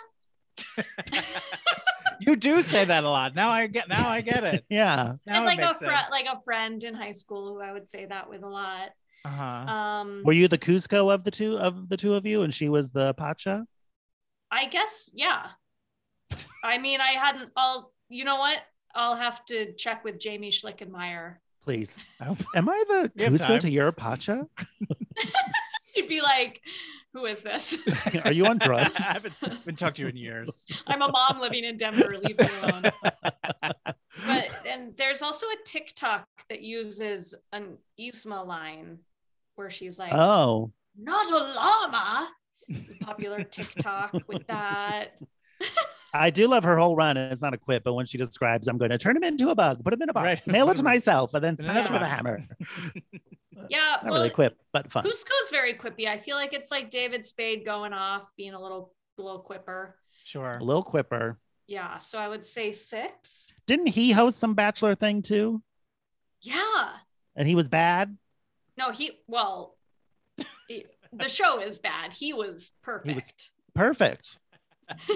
You do say that a lot. Now I get. Now I get it.
Yeah,
Now
and
it
like a
makes
fr-
sense.
like a friend in high school who I would say that with a lot.
uh-huh.
Um,
were you the Cusco of the two of the two of you, and she was the Pacha?
I guess yeah. I mean, I hadn't. I'll. You know what? I'll have to check with Jamie Schlickenmeyer.
Please,
Oh.
am I the
We have
Cusco
time.
to your
*laughs*
Pacha?
She'd be like, "Who is this? *laughs*
Are you on
I
drugs?
haven't been talked to you in
*laughs*
years.
I'm a mom living in Denver. Leave me alone." But and there's also a TikTok that uses an Isma line, where she's like,
oh,
"Not a llama." Popular TikTok with that.
I do love her whole run, and it's not a quip, but when she describes, I'm going to turn him into a bug, put him in a box,
Right.
nail it to myself, and then
In
another
smash him with a
box.
hammer.
Yeah, Uh,
Not
well,
really a quip, but fun.
Cusco's very quippy. I feel like it's like David Spade going off, being a little little quipper.
Sure.
A little quipper.
Yeah, so I would say six.
Didn't he host some bachelor thing too?
Yeah.
And he was bad.
No, he well, he- the show is bad. He was perfect.
Perfect.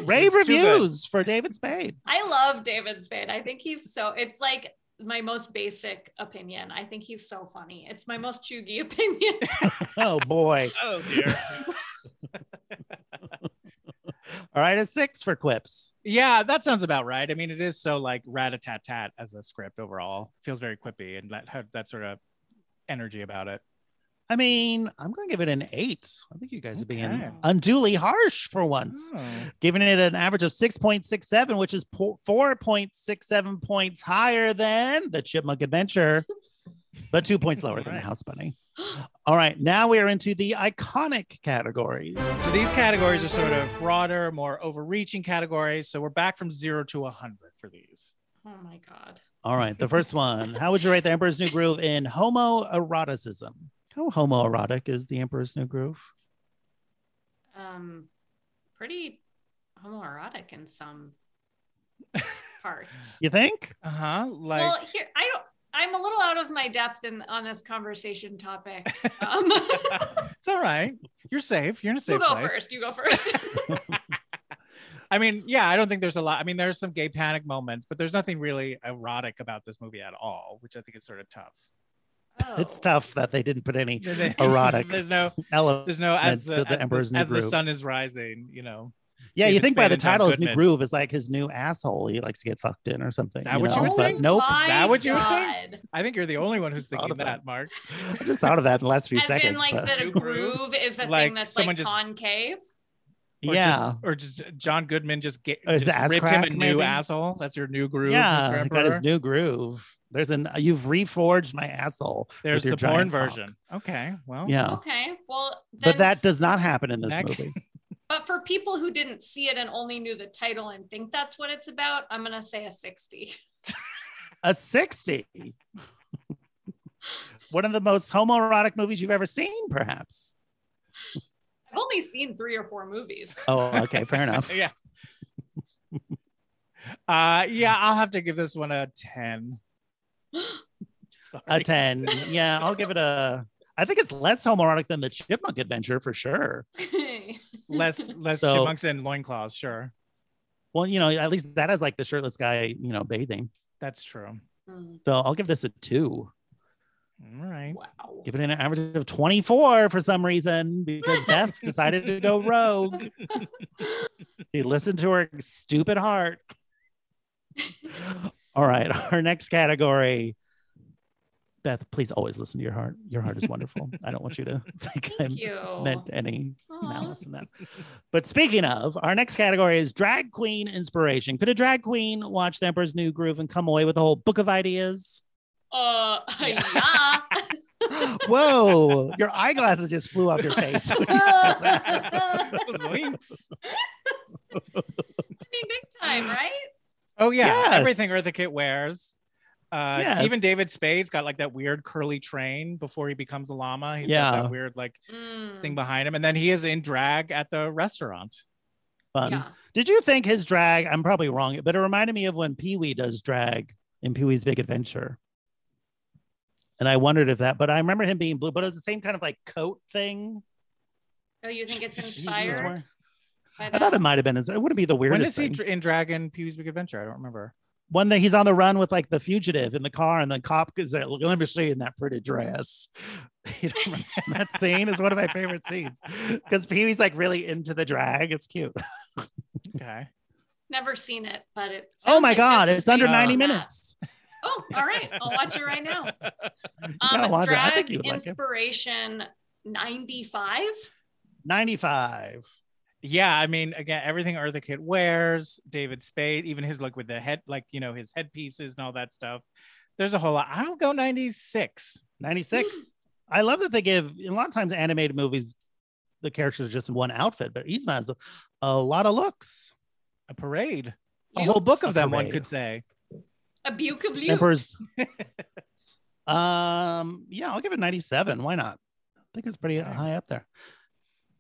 Rave
It's too good.
reviews for David Spade.
I love David Spade. I think he's so. It's like my most basic opinion. I think he's so funny. It's my most chuggy *laughs* opinion.
*laughs* Oh boy.
Oh dear.
All right, a six for quips.
yeah, that sounds about right. I mean, it is so like rat a tat tat as a script overall. Feels very quippy and that had that sort of energy about it.
*laughs* I mean, I'm going to give it an eight. I think you guys are
Okay. Oh.
being unduly harsh for once. giving it an average of 6.67, which is po- 4.67 points higher than the Chipmunk Adventure, but two points lower than the
Right.
House Bunny. All right, now we are into the iconic categories.
So these categories are sort of broader, more overreaching categories. So we're back from zero to a hundred for these.
oh my god.
All right, the first one. How would you rate the Emperor's New Groove in homoeroticism? How homoerotic is the Emperor's New Groove?
Um, pretty homoerotic in some parts.
You think?
Uh huh. Like
well, here I don't. I'm a little out of my depth in on this conversation topic. Um,
it's all right. You're safe. You're in
you
a safe
go
place.
first. You go
*laughs*
first.
I mean, yeah, I don't think there's a lot. I mean, there's some gay panic moments, but there's nothing really erotic about this movie at all, which I think is sort of tough.
It's
Oh.
tough that they didn't put any
*laughs*
erotic
There's no.
elements.
There's no as
That's
the,
the
as,
Emperor's
the,
New
as the
Groove.
sun is rising. You know,
Yeah, you
David
think by
Spade
the
and John
title, his new
Goodman.
groove is like his new asshole. He likes to get fucked in or something.
that what you
know?
would
But
think?
Nope.
my
that what you would think?
God.
I think you're the only one who's
Thought
thinking
of that.
that, Mark.
*laughs* I just thought of that in the last few
As
seconds.
in, like
but-
that a
New groove?
groove is a
Like,
thing that's
someone
like
just-
concave.
Or
yeah.
just, or just John Goodman just, get,
Or his
just
ass
ripped
crack,
him a new
maybe?
asshole. That's your new groove.
yeah,
Mr.
I got his
Emperor?
new groove. There's an you've reforged my asshole. with
There's
your
the porn
giant cock.
version. Okay. Well,
Yeah,
Okay. Well, then,
but that does not happen in this
That-
movie.
but for people who didn't see it and only knew the title and think that's what it's about, I'm gonna say a 60.
A sixty. One of the most homoerotic movies you've ever seen, perhaps.
I've only seen three or four movies.
Oh, okay, fair enough.
*laughs* yeah. Uh, yeah, I'll have to give this one a
*gasps*
10. Sorry.
A ten. Yeah, I'll give it a. I think it's less homoerotic than the Chipmunk Adventure for sure.
Less, less
So-
chipmunks and loincloths. Sure.
Well, you know, at least that has like the shirtless guy, you know, bathing.
That's true.
Mm,
So I'll give this a two.
All right. *laughs*
wow.
Give it an average of 24 for some reason because Beth decided to go rogue. she listened to her stupid heart. All right, our next category. Beth, please always listen to your heart. Your heart is wonderful. I don't want you to think I
Thank you.
meant any
Aw.
malice in that. But speaking of, our next category is drag queen inspiration. Could a drag queen watch The Emperor's New Groove and come away with a whole book of ideas?
Uh, yeah.
Whoa, your eyeglasses just flew off your face. when you said that.
I
Zoinks.
mean, big time, right?
Oh yeah,
Yes.
everything Eartha Kitt wears. Uh,
Yes.
Even David Spade's got like that weird curly train before he becomes a llama. He's got
Yeah.
that weird like
Mm,
thing behind him, and then he is in drag at the restaurant.
Fun.
yeah.
Did you think his drag? I'm probably wrong, but it reminded me of when Pee Wee does drag in Pee Wee's Big Adventure. And I wondered if that, but I remember him being blue, but it was the same kind of like coat thing.
Oh, you think it's
he was wearing.
inspired? by
I thought
that?
it might have been. his- It wouldn't be the weirdest
when is he
thing.
dr- in drag in Pee Wee's Big Adventure? I don't remember.
One that he's on the run with like the fugitive in the car, and the cop is like, "Look, "Let me see you in that pretty dress." You don't remember that scene is one of my favorite *laughs* scenes because Pee Wee's like really into the drag. It's cute.
Okay.
Never seen it, but it.
Oh
sounds
my
like
god,
this is
it's *laughs* under
based on
Uh,
90
that.
minutes.
Oh, all right. I'll watch it right now.
gotta
Um,
watch it. I think
drag
you would like it.
inspiration 95.
95.
*laughs* Yeah, I mean, again, everything Eartha Kitt wears, David Spade, even his look with the head, like you know, his headpieces and all that stuff. There's a whole lot. I'll go 96.
*gasps*
96. I love that they give a lot of times animated movies, the characters are just in one outfit, but Yzma has a, a lot of looks.
A parade, a
You-
whole book of
A
them, one
parade.
could say.
A Buke of Luke.
Emperor's. um, yeah, I'll give it 97. Why not? I think it's pretty
Okay.
high up there.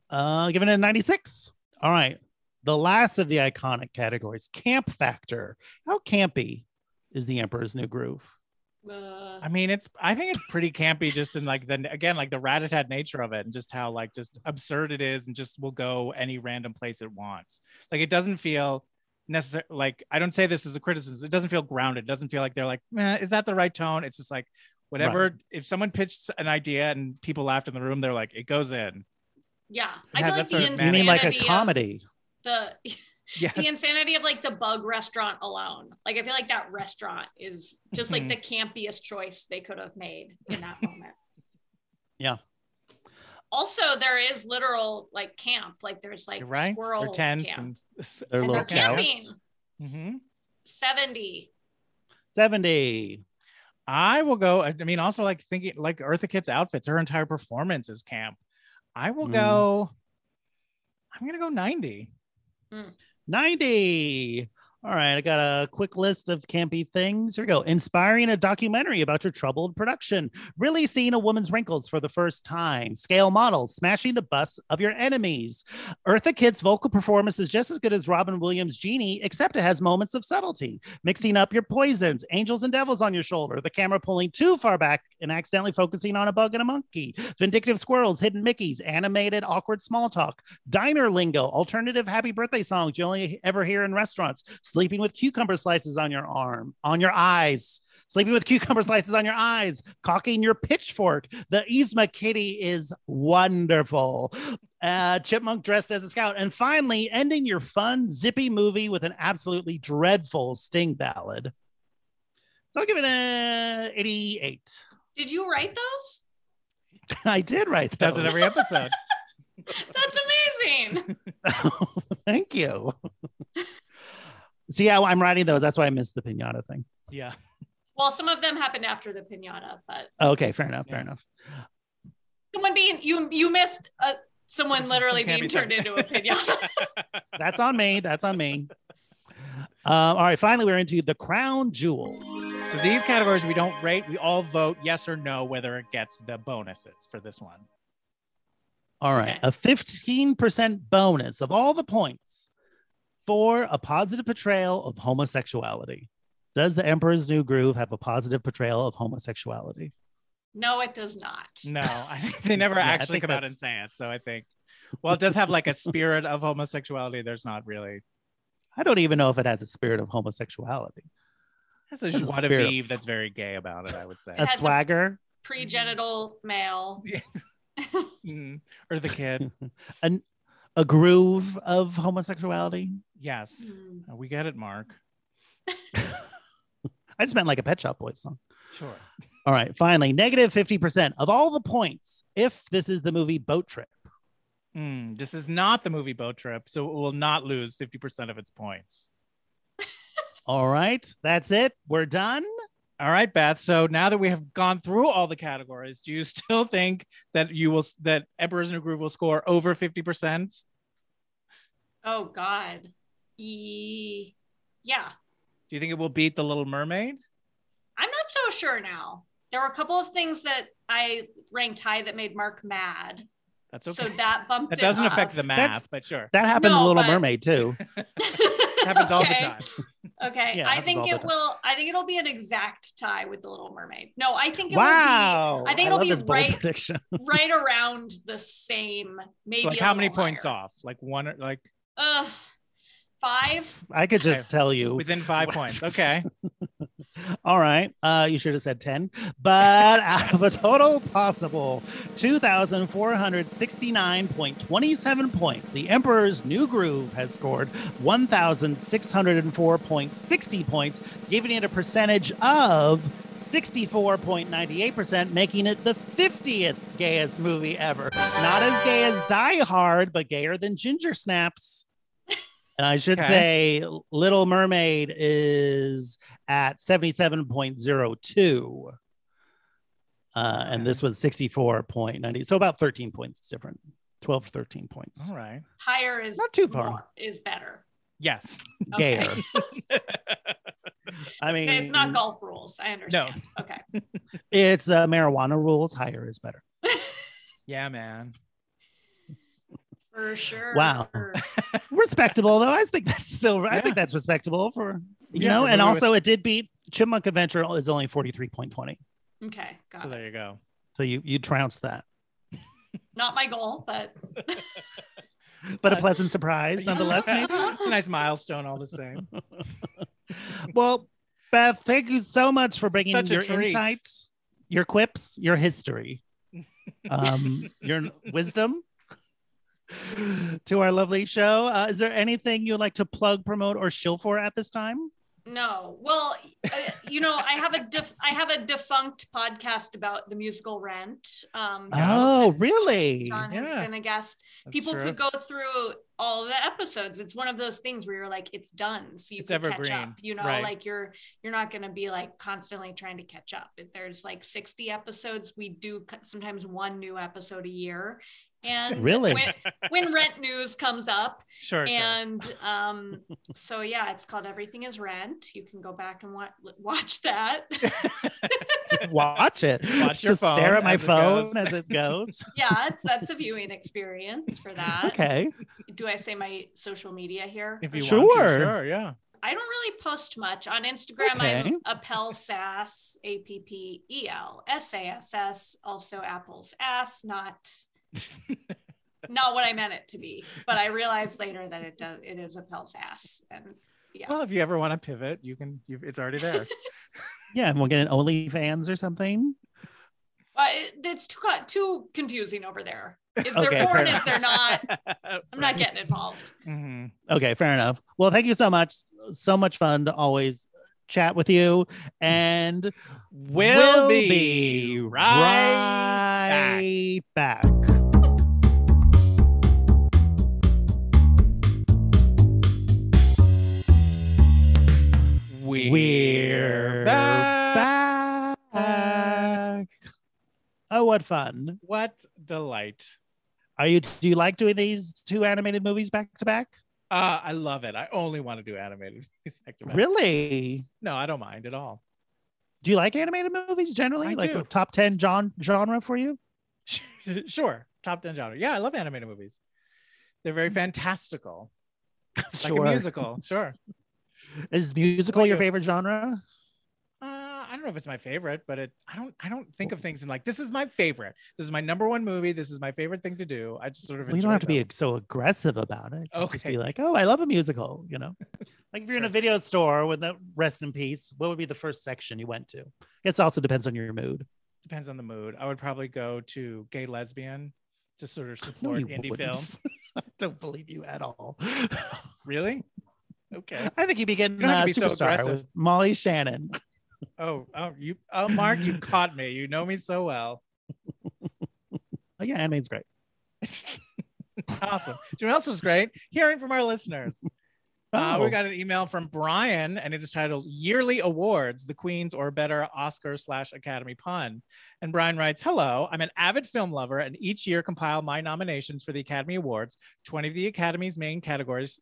Uh, giving it a 96. All right. The last of the iconic categories, camp factor. How campy is the Emperor's New Groove?
Uh,
I mean, it's. I think it's pretty campy, just in like the again, like the rat-a-tat nature of it, and just how like just absurd it is, and just will go any random place it wants. Like it doesn't feel necessary. Like I don't say this as a criticism. It doesn't feel grounded. It doesn't feel like they're like, "Meh, is that the right tone? It's just like whatever. If someone pitched an idea and people laughed in the room, they're like, it goes in.
yeah.
It
I
has
feel like
that sort
the
of
insanity.
magic.
You mean like a
of
comedy? *laughs*
The,
Yes.
the insanity of like the bug restaurant alone. Like, I feel like that restaurant is just like
Mhm.
the campiest choice they could have made in that moment.
Yeah.
Also, there is literal like camp. Like, there's like
You're right.
squirrel
They're tense
camp.
and *laughs*
And
They're little
they're
scouts.
camping.
Mhm.
70.
70.
I will go. I mean, also like thinking like Eartha Kitt's outfits, her entire performance is camp. I will
Mm.
go. I'm gonna go 90.
90. All right, I got a quick list of campy things. Here we go. Inspiring a documentary about your troubled production. Really seeing a woman's wrinkles for the first time. Scale models, smashing the bus of your enemies. Eartha Kitt's vocal performance is just as good as Robin Williams' Genie, except it has moments of subtlety. Mixing up your poisons, angels and devils on your shoulder. The camera pulling too far back and accidentally focusing on a bug and a monkey. Vindictive squirrels, hidden Mickeys, animated awkward small talk diner lingo, alternative happy birthday songs you only ever hear in restaurants, sleeping with cucumber slices on your arm, on your eyes, sleeping with cucumber slices on your eyes, cocking your pitchfork. The Yzma kitty is wonderful. Uh, chipmunk dressed as a scout, and finally ending your fun, zippy movie with an absolutely dreadful sting ballad. So I'll give it a 88.
Did you write those?
*laughs* I did write that.
Does it every episode?
That's mean?
Thank you. See how I'm writing those. That's why I missed the pinata thing.
Yeah.
Well, some of them happened after the pinata, but
Okay, fair enough. Fair
Yeah.
enough.
someone being you you missed uh, someone literally
Can't
being
be
turned into a pinata.
That's on me. That's on
*laughs*
me. Um, all right. Finally, we're into the crown jewel.
So these categories we don't rate. We all vote yes or no whether it gets the bonuses for this one.
All right.
Okay.
A 15% bonus of all the points for a positive portrayal of homosexuality. Does the Emperor's New Groove have a positive portrayal of homosexuality?
no, it does not.
No,
*laughs*
I think they never
Yeah, I
actually
think
come out
that's-
and say it. So I think, well, it does have like a spirit of homosexuality. There's not really.
I don't even know if it has a spirit of homosexuality.
There's a
There's a
joie de
spirit of-
vivre that's very gay about it, I would say.
A
has a-
swagger,
Pre-genital male.
*laughs* Yeah. Mm, or the kid.
*laughs* an, a groove of homosexuality.
Yes.
Mm.
We get it, Mark.
*laughs* I just meant like a Pet Shop Boys song.
Sure.
All right. Finally, negative 50% of all the points if this is the movie Boat Trip.
Mm, this is not the movie Boat Trip, so it will not lose 50% of its points.
All right. That's it. We're done.
All right, Beth. So now that we have gone through all the categories, do you *laughs* still think that you will that Emperor's New Groove will score over 50%?
Oh God. E- yeah.
Do you think it will beat The Little Mermaid?
I'm not so sure now. There were a couple of things that I ranked high that made Mark mad.
That's okay.
So uh, that bumped
that
it
doesn't
up.
affect the math,
That's-
but sure.
That happened in
No,
Little
but-
Mermaid too.
happens all the
Okay.
*laughs*
time.
Okay.
Yeah, it
I
happens all
think
the
it
time.
will I think it'll be an exact tie with the Little Mermaid. No, I think it
Wow.
I think it'll
love
be
this bold
right-
prediction.
will be right around the same, maybe
like
a
how many
little
points
higher.
off? Like one or like
Uh five.
I could just tell you.
within
*laughs*
five points. Okay.
All right. Uh, you should have said 10. But out of a total possible 2,469.27 points, the Emperor's New Groove has scored 1,604.60 points, giving it a percentage of 64.98%, making it the 50th gayest movie ever. Not as gay as Die Hard, but gayer than Ginger Snaps. And I should
Okay.
say, Little Mermaid is at 77.02. Uh,
Okay.
and this was 64.90. So about 13 points different, 12, 13 points.
All right.
Higher is
Not too far.
more- is
*laughs*
better.
Yes.
Okay.
Gayer. I mean, mm.
It's not golf rules. I understand. Okay.
It's uh, marijuana rules. Higher is better.
Yeah, man.
For sure.
Wow. Respectable, though. I think that's still, I
Yeah.
think that's respectable for, you
Yeah,
know,
for
and
movie with-
also it did beat Chipmunk Adventure is only 43.20.
Okay. Got
So
it.
there you go.
So you, you trounced that.
*laughs* Not my goal, but
*laughs* But a pleasant surprise nonetheless, maybe.
It's a Uh, *laughs* nice milestone all the same.
*laughs* well, Beth, thank you so much for bringing
Such a
your
treat.
insights, your quips, your history, um, your wisdom to our lovely show. Uh, is there anything you'd like to plug, promote, or shill for at this time?
*laughs* No. Well, uh, you know, I have a def- I have a defunct podcast about the musical Rent. Um,
Oh,
Jonathan-
really?
John
Yeah.
has been a guest.
That's
People
true.
could go through all the episodes. It's one of those things where you're like, it's done, so you
It's
can
evergreen,
catch up. You know,
right.
Oh, like you're you're not going to be like constantly trying to catch up. If There's like 60 episodes. We do c- sometimes one new episode a year, and
Really?
*laughs*
when, when Rent news comes up,
Sure, sure.
and *laughs* um so yeah it's called everything is rent you can go back and wa- watch that
Watch it.
Watch your
Just stare
phone
at my
as it
phone
goes.
as it goes.
yeah it's that's a viewing experience for that
okay.
do i say my social media here
*laughs* If you want to,
Sure.
sure, yeah.
i don't really post much on instagram
Okay.
i'm appel sass a p p e l s a s s also apple's ass
*laughs*
not not what i meant it to be but i realized later that it does it is appel's ass and yeah
Well, if you ever want to pivot, you can. You've, it's
*laughs*
already there.
Yeah, and we'll get an OnlyFans or something.
Uh, it- it's too co- too confusing over there. Is there
Okay, fair
porn? Is
enough.
there not?
*laughs*
I'm not getting involved.
Mhm.
Okay, fair enough. Well, thank you so much. So much fun to always chat with you. And
We'll be right
right back. Oh, what fun.
What delight.
Are you do you like doing these two animated movies back to back?
Uh, I love it. I only want to do animated *laughs* movies back to back.
Really?
No, I don't mind at all.
Do you like animated movies generally?
I
like
do.
a top 10 gen- genre for you?
*laughs* sure. Top 10 genre. Yeah, I love animated movies. They're
*laughs*
very fantastical. Like
Sure.
a musical. Sure.
*laughs* Is musical
Like
your
a-
favorite genre?
Uh, I don't know if it's my favorite, but it I don't I don't think of things in like this is my favorite. This is my number one movie. This is my favorite thing to do. I just sort of
Well, you don't have to be so aggressive about it. You can Just be
Okay.
like, oh, I love a musical, you know? like if you're in a
Sure.
video store with the rest in peace, what would be the first section you went to? I guess it also depends on your mood.
depends on the mood. I would probably go to gay lesbian to sort of support
you
indie
wouldn't.
film.
I *laughs* don't believe you at all. *laughs*
Really? Okay.
I think you'd be getting
don't have
uh,
to be so
superstar
aggressive.
with Molly Shannon.
*laughs* Oh, oh, you, oh, Mark, you caught me. You know me so well.
*laughs* Oh, yeah, animate's great.
*laughs* Awesome. Do you know what else is great? Hearing from our listeners. Uh,
Oh.
we got an email from Brian, and it is titled "Yearly Awards: The Queen's or Better Oscar slash Academy Pun." And Brian writes, "Hello, I'm an avid film lover, and each year compile my nominations for the Academy Awards, 20 of the Academy's main categories,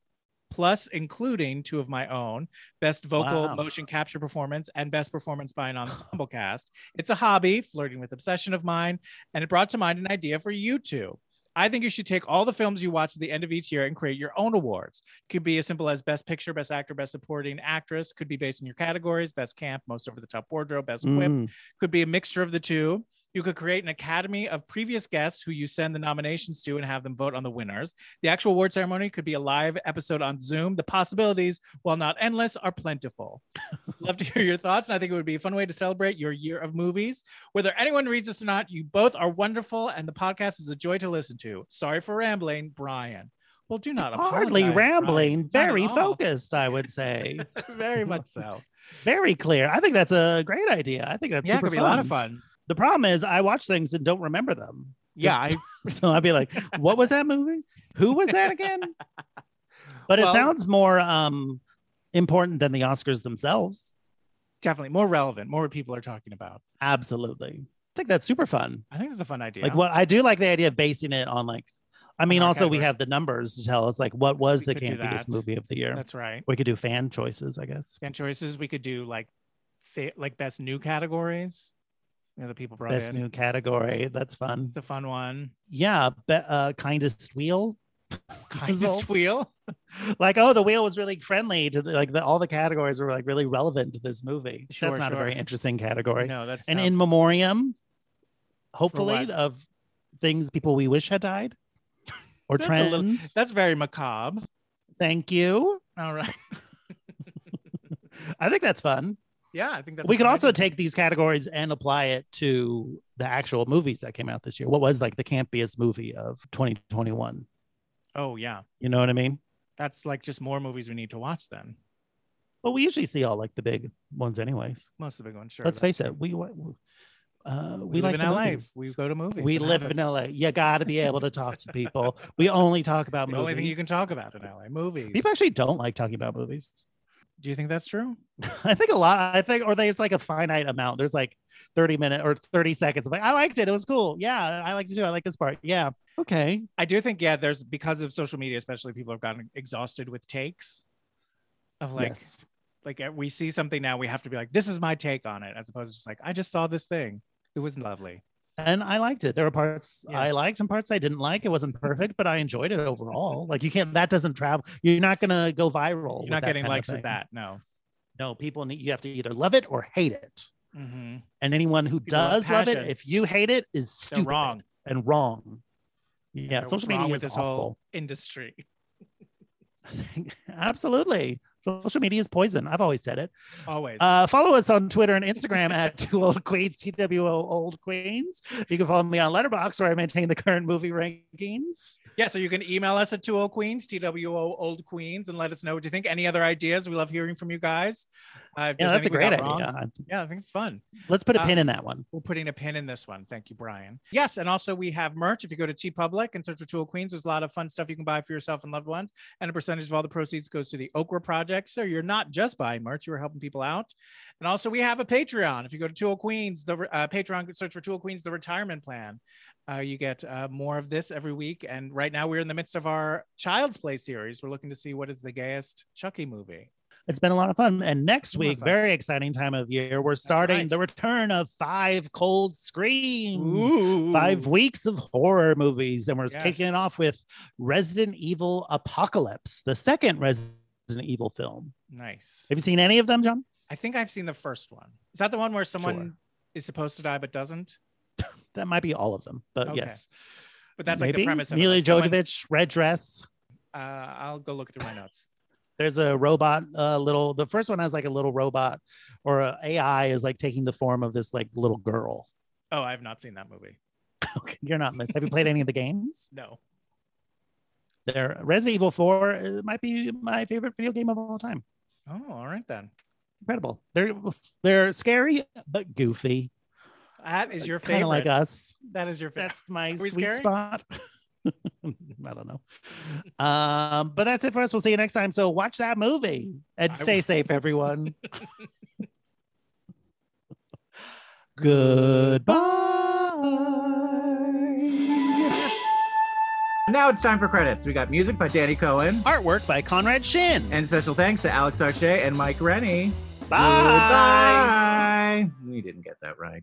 plus including two of my own: Best Vocal
Wow.
Motion Capture Performance and Best Performance by an Ensemble Cast. It's a hobby, flirting with obsession of mine, and it brought to mind an idea for you two. I think you should take all the films you watch at the end of each year and create your own awards. Could be as simple as best picture, best actor, best supporting actress. Could be based on your categories, best camp, most over the top wardrobe, best whip.
Mm.
Could be a mixture of the two. You could create an academy of previous guests who you send the nominations to and have them vote on the winners. The actual award ceremony could be a live episode on Zoom. The possibilities, while not endless, are plentiful. *laughs* Love to hear your thoughts, and I think it would be a fun way to celebrate your year of movies. Whether anyone reads this or not, you both are wonderful, and the podcast is a joy to listen to. Sorry for rambling, Brian. Well, do not
Hardly
apologize, Brian.
rambling,
Not at
very
all.
focused, I would say.
*laughs* very much so.
very clear. I think that's a great idea. I think that's
yeah, it
super
could be a lot of fun.
The problem is I watch things and don't remember them.
Yeah, I,
It's- *laughs* so I'd be like, what was that movie? Who was that
*laughs*
again? But
Well-
it sounds more um important than the Oscars themselves.
definitely more relevant. More what people are talking about.
Absolutely. I think that's super fun.
I think it's a fun idea.
Like what I do like the idea of basing it on like I mean,
our
also we
categories.
have the numbers to tell us like what was
We
the
could do
campiest
that.
movie of the year.
That's right.
we could do fan choices, I guess.
And choices we could do like, fa- like best new categories. You know, the people brought
Best
in.
new category. That's fun.
It's a fun one.
Yeah, be, uh, kindest wheel.
Kindest wheel.
Like, oh, the wheel was really friendly to the, like the, all the categories were like really relevant to this movie.
Sure,
That's not
sure.
a very interesting category.
No, that's
and
tough.
in memoriam, hopefully
what?
of things people we wish had
*laughs*
died or
That's a
trends.
little- that's very macabre.
Thank you.
All right.
*laughs* I think that's fun.
Yeah, I think that's.
we
a
could
good
also
idea.
take these categories and apply it to the actual movies that came out this year. What was like the campiest movie of 2021?
Oh yeah,
You know what I mean?
that's like just more movies we need to watch then.
But we usually see all like the big ones, anyways.
Most of the big ones. Sure.
Let's
that's
face
true.
it, we wa- w- uh, we,
We, live
like
in
the
LA.
movies.
We go to movies.
We
It
live
happens.
in LA. You got to be able to talk to
*laughs*
people. We only talk about
The
movies.
only thing you can talk about in LA movies.
People actually don't like talking about movies.
Do you think that's true?
*laughs* I think a lot. I think, or there's like a finite amount. There's like 30 minutes or 30 seconds of like, I liked it. It was cool. Yeah, I liked it too. I like this part. Yeah. Okay.
I do think yeah. There's because of social media, especially people have gotten exhausted with takes of like
yes.
like uh, we see something now, we have to be like, this is my take on it, as opposed to just like I just saw this thing. It was lovely.
And I liked it. There were parts
Yeah.
I liked and parts I didn't like. It wasn't perfect, but I enjoyed it overall. Like you can't. That doesn't travel. You're not gonna go viral.
You're
with
not
that
getting
kind of
likes
thing.
with that. No.
No, people need. You have to either love it or hate it.
Mm-hmm.
And anyone who
People love
does love it,
passion.
if you hate it, is stupid
wrong.
and wrong. Yeah,
What's
social
wrong
media
with
is
this
awful.
whole industry.
*laughs* Absolutely. Social media is poison. I've always said it.
Always.
Uh, follow us on Twitter and Instagram at *laughs* Two Old Queens, TWO Old Queens. You can follow me on Letterboxd where I maintain the current movie rankings.
Yeah, so you can email us at two old queens, TWO old queens, and let us know what you think. Any other ideas? We love hearing from you guys. Uh, if
Yeah, that's
there's
a
anything we got
great idea.
wrong-
I think-
Yeah, I think it's fun.
Let's put a
Uh,
pin in that one.
We're putting a pin in this one. Thank you, Brian. Yes, and also we have merch. If you go to T Public and search for Tool Queens, there's a lot of fun stuff you can buy for yourself and loved ones. And a percentage of all the proceeds goes to the Okra Project. So you're not just buying merch; you are helping people out. And also we have a Patreon. If you go to Tool Queens, the uh, Patreon search for Tool Queens, the retirement plan. Uh, you get uh, more of this every week. And right now we're in the midst of our Child's Play series. We're looking to see what is the gayest Chucky movie.
It's been a lot of fun. And next
A lot of
week,
fun.
very exciting time of year, we're starting
right.
the return of five cold screams.
Ooh.
Five weeks of horror movies, and we're
Yes.
kicking it off with Resident Evil Apocalypse, the second Resident Evil film.
Nice.
Have you seen any of them, John?
I think I've seen the first one. Is that the one where someone is supposed to die but doesn't?
*laughs* That might be all of them, but
Okay.
yes,
But that's like the
Maybe?
premise of it,
Mila
like someone-
Jovovich, red dress.
uh, I'll go look through my notes.
there's a robot uh little the first one has like a little robot or a ai is like taking the form of this like little girl
Oh, I have not seen that movie.
*laughs* okay you're not missed have you played any of the games
*laughs* No.
there resident evil 4 uh, might be my favorite video game of all time
Oh, all right then.
incredible they're they're scary but goofy
That is your
kind
favorite.
of like us
That is your favorite.
that's my
Are we
sweet
scary?
spot *laughs* i don't know um but that's it for us we'll see you next time so watch that movie and
I
stay
will.
safe everyone
*laughs*
Goodbye.
Now it's time for credits. We got music by Danny Cohen,
Artwork by Conrad Shin.
and special thanks to Alex Arche and Mike Rennie.
Bye.
Goodbye. We didn't get that right.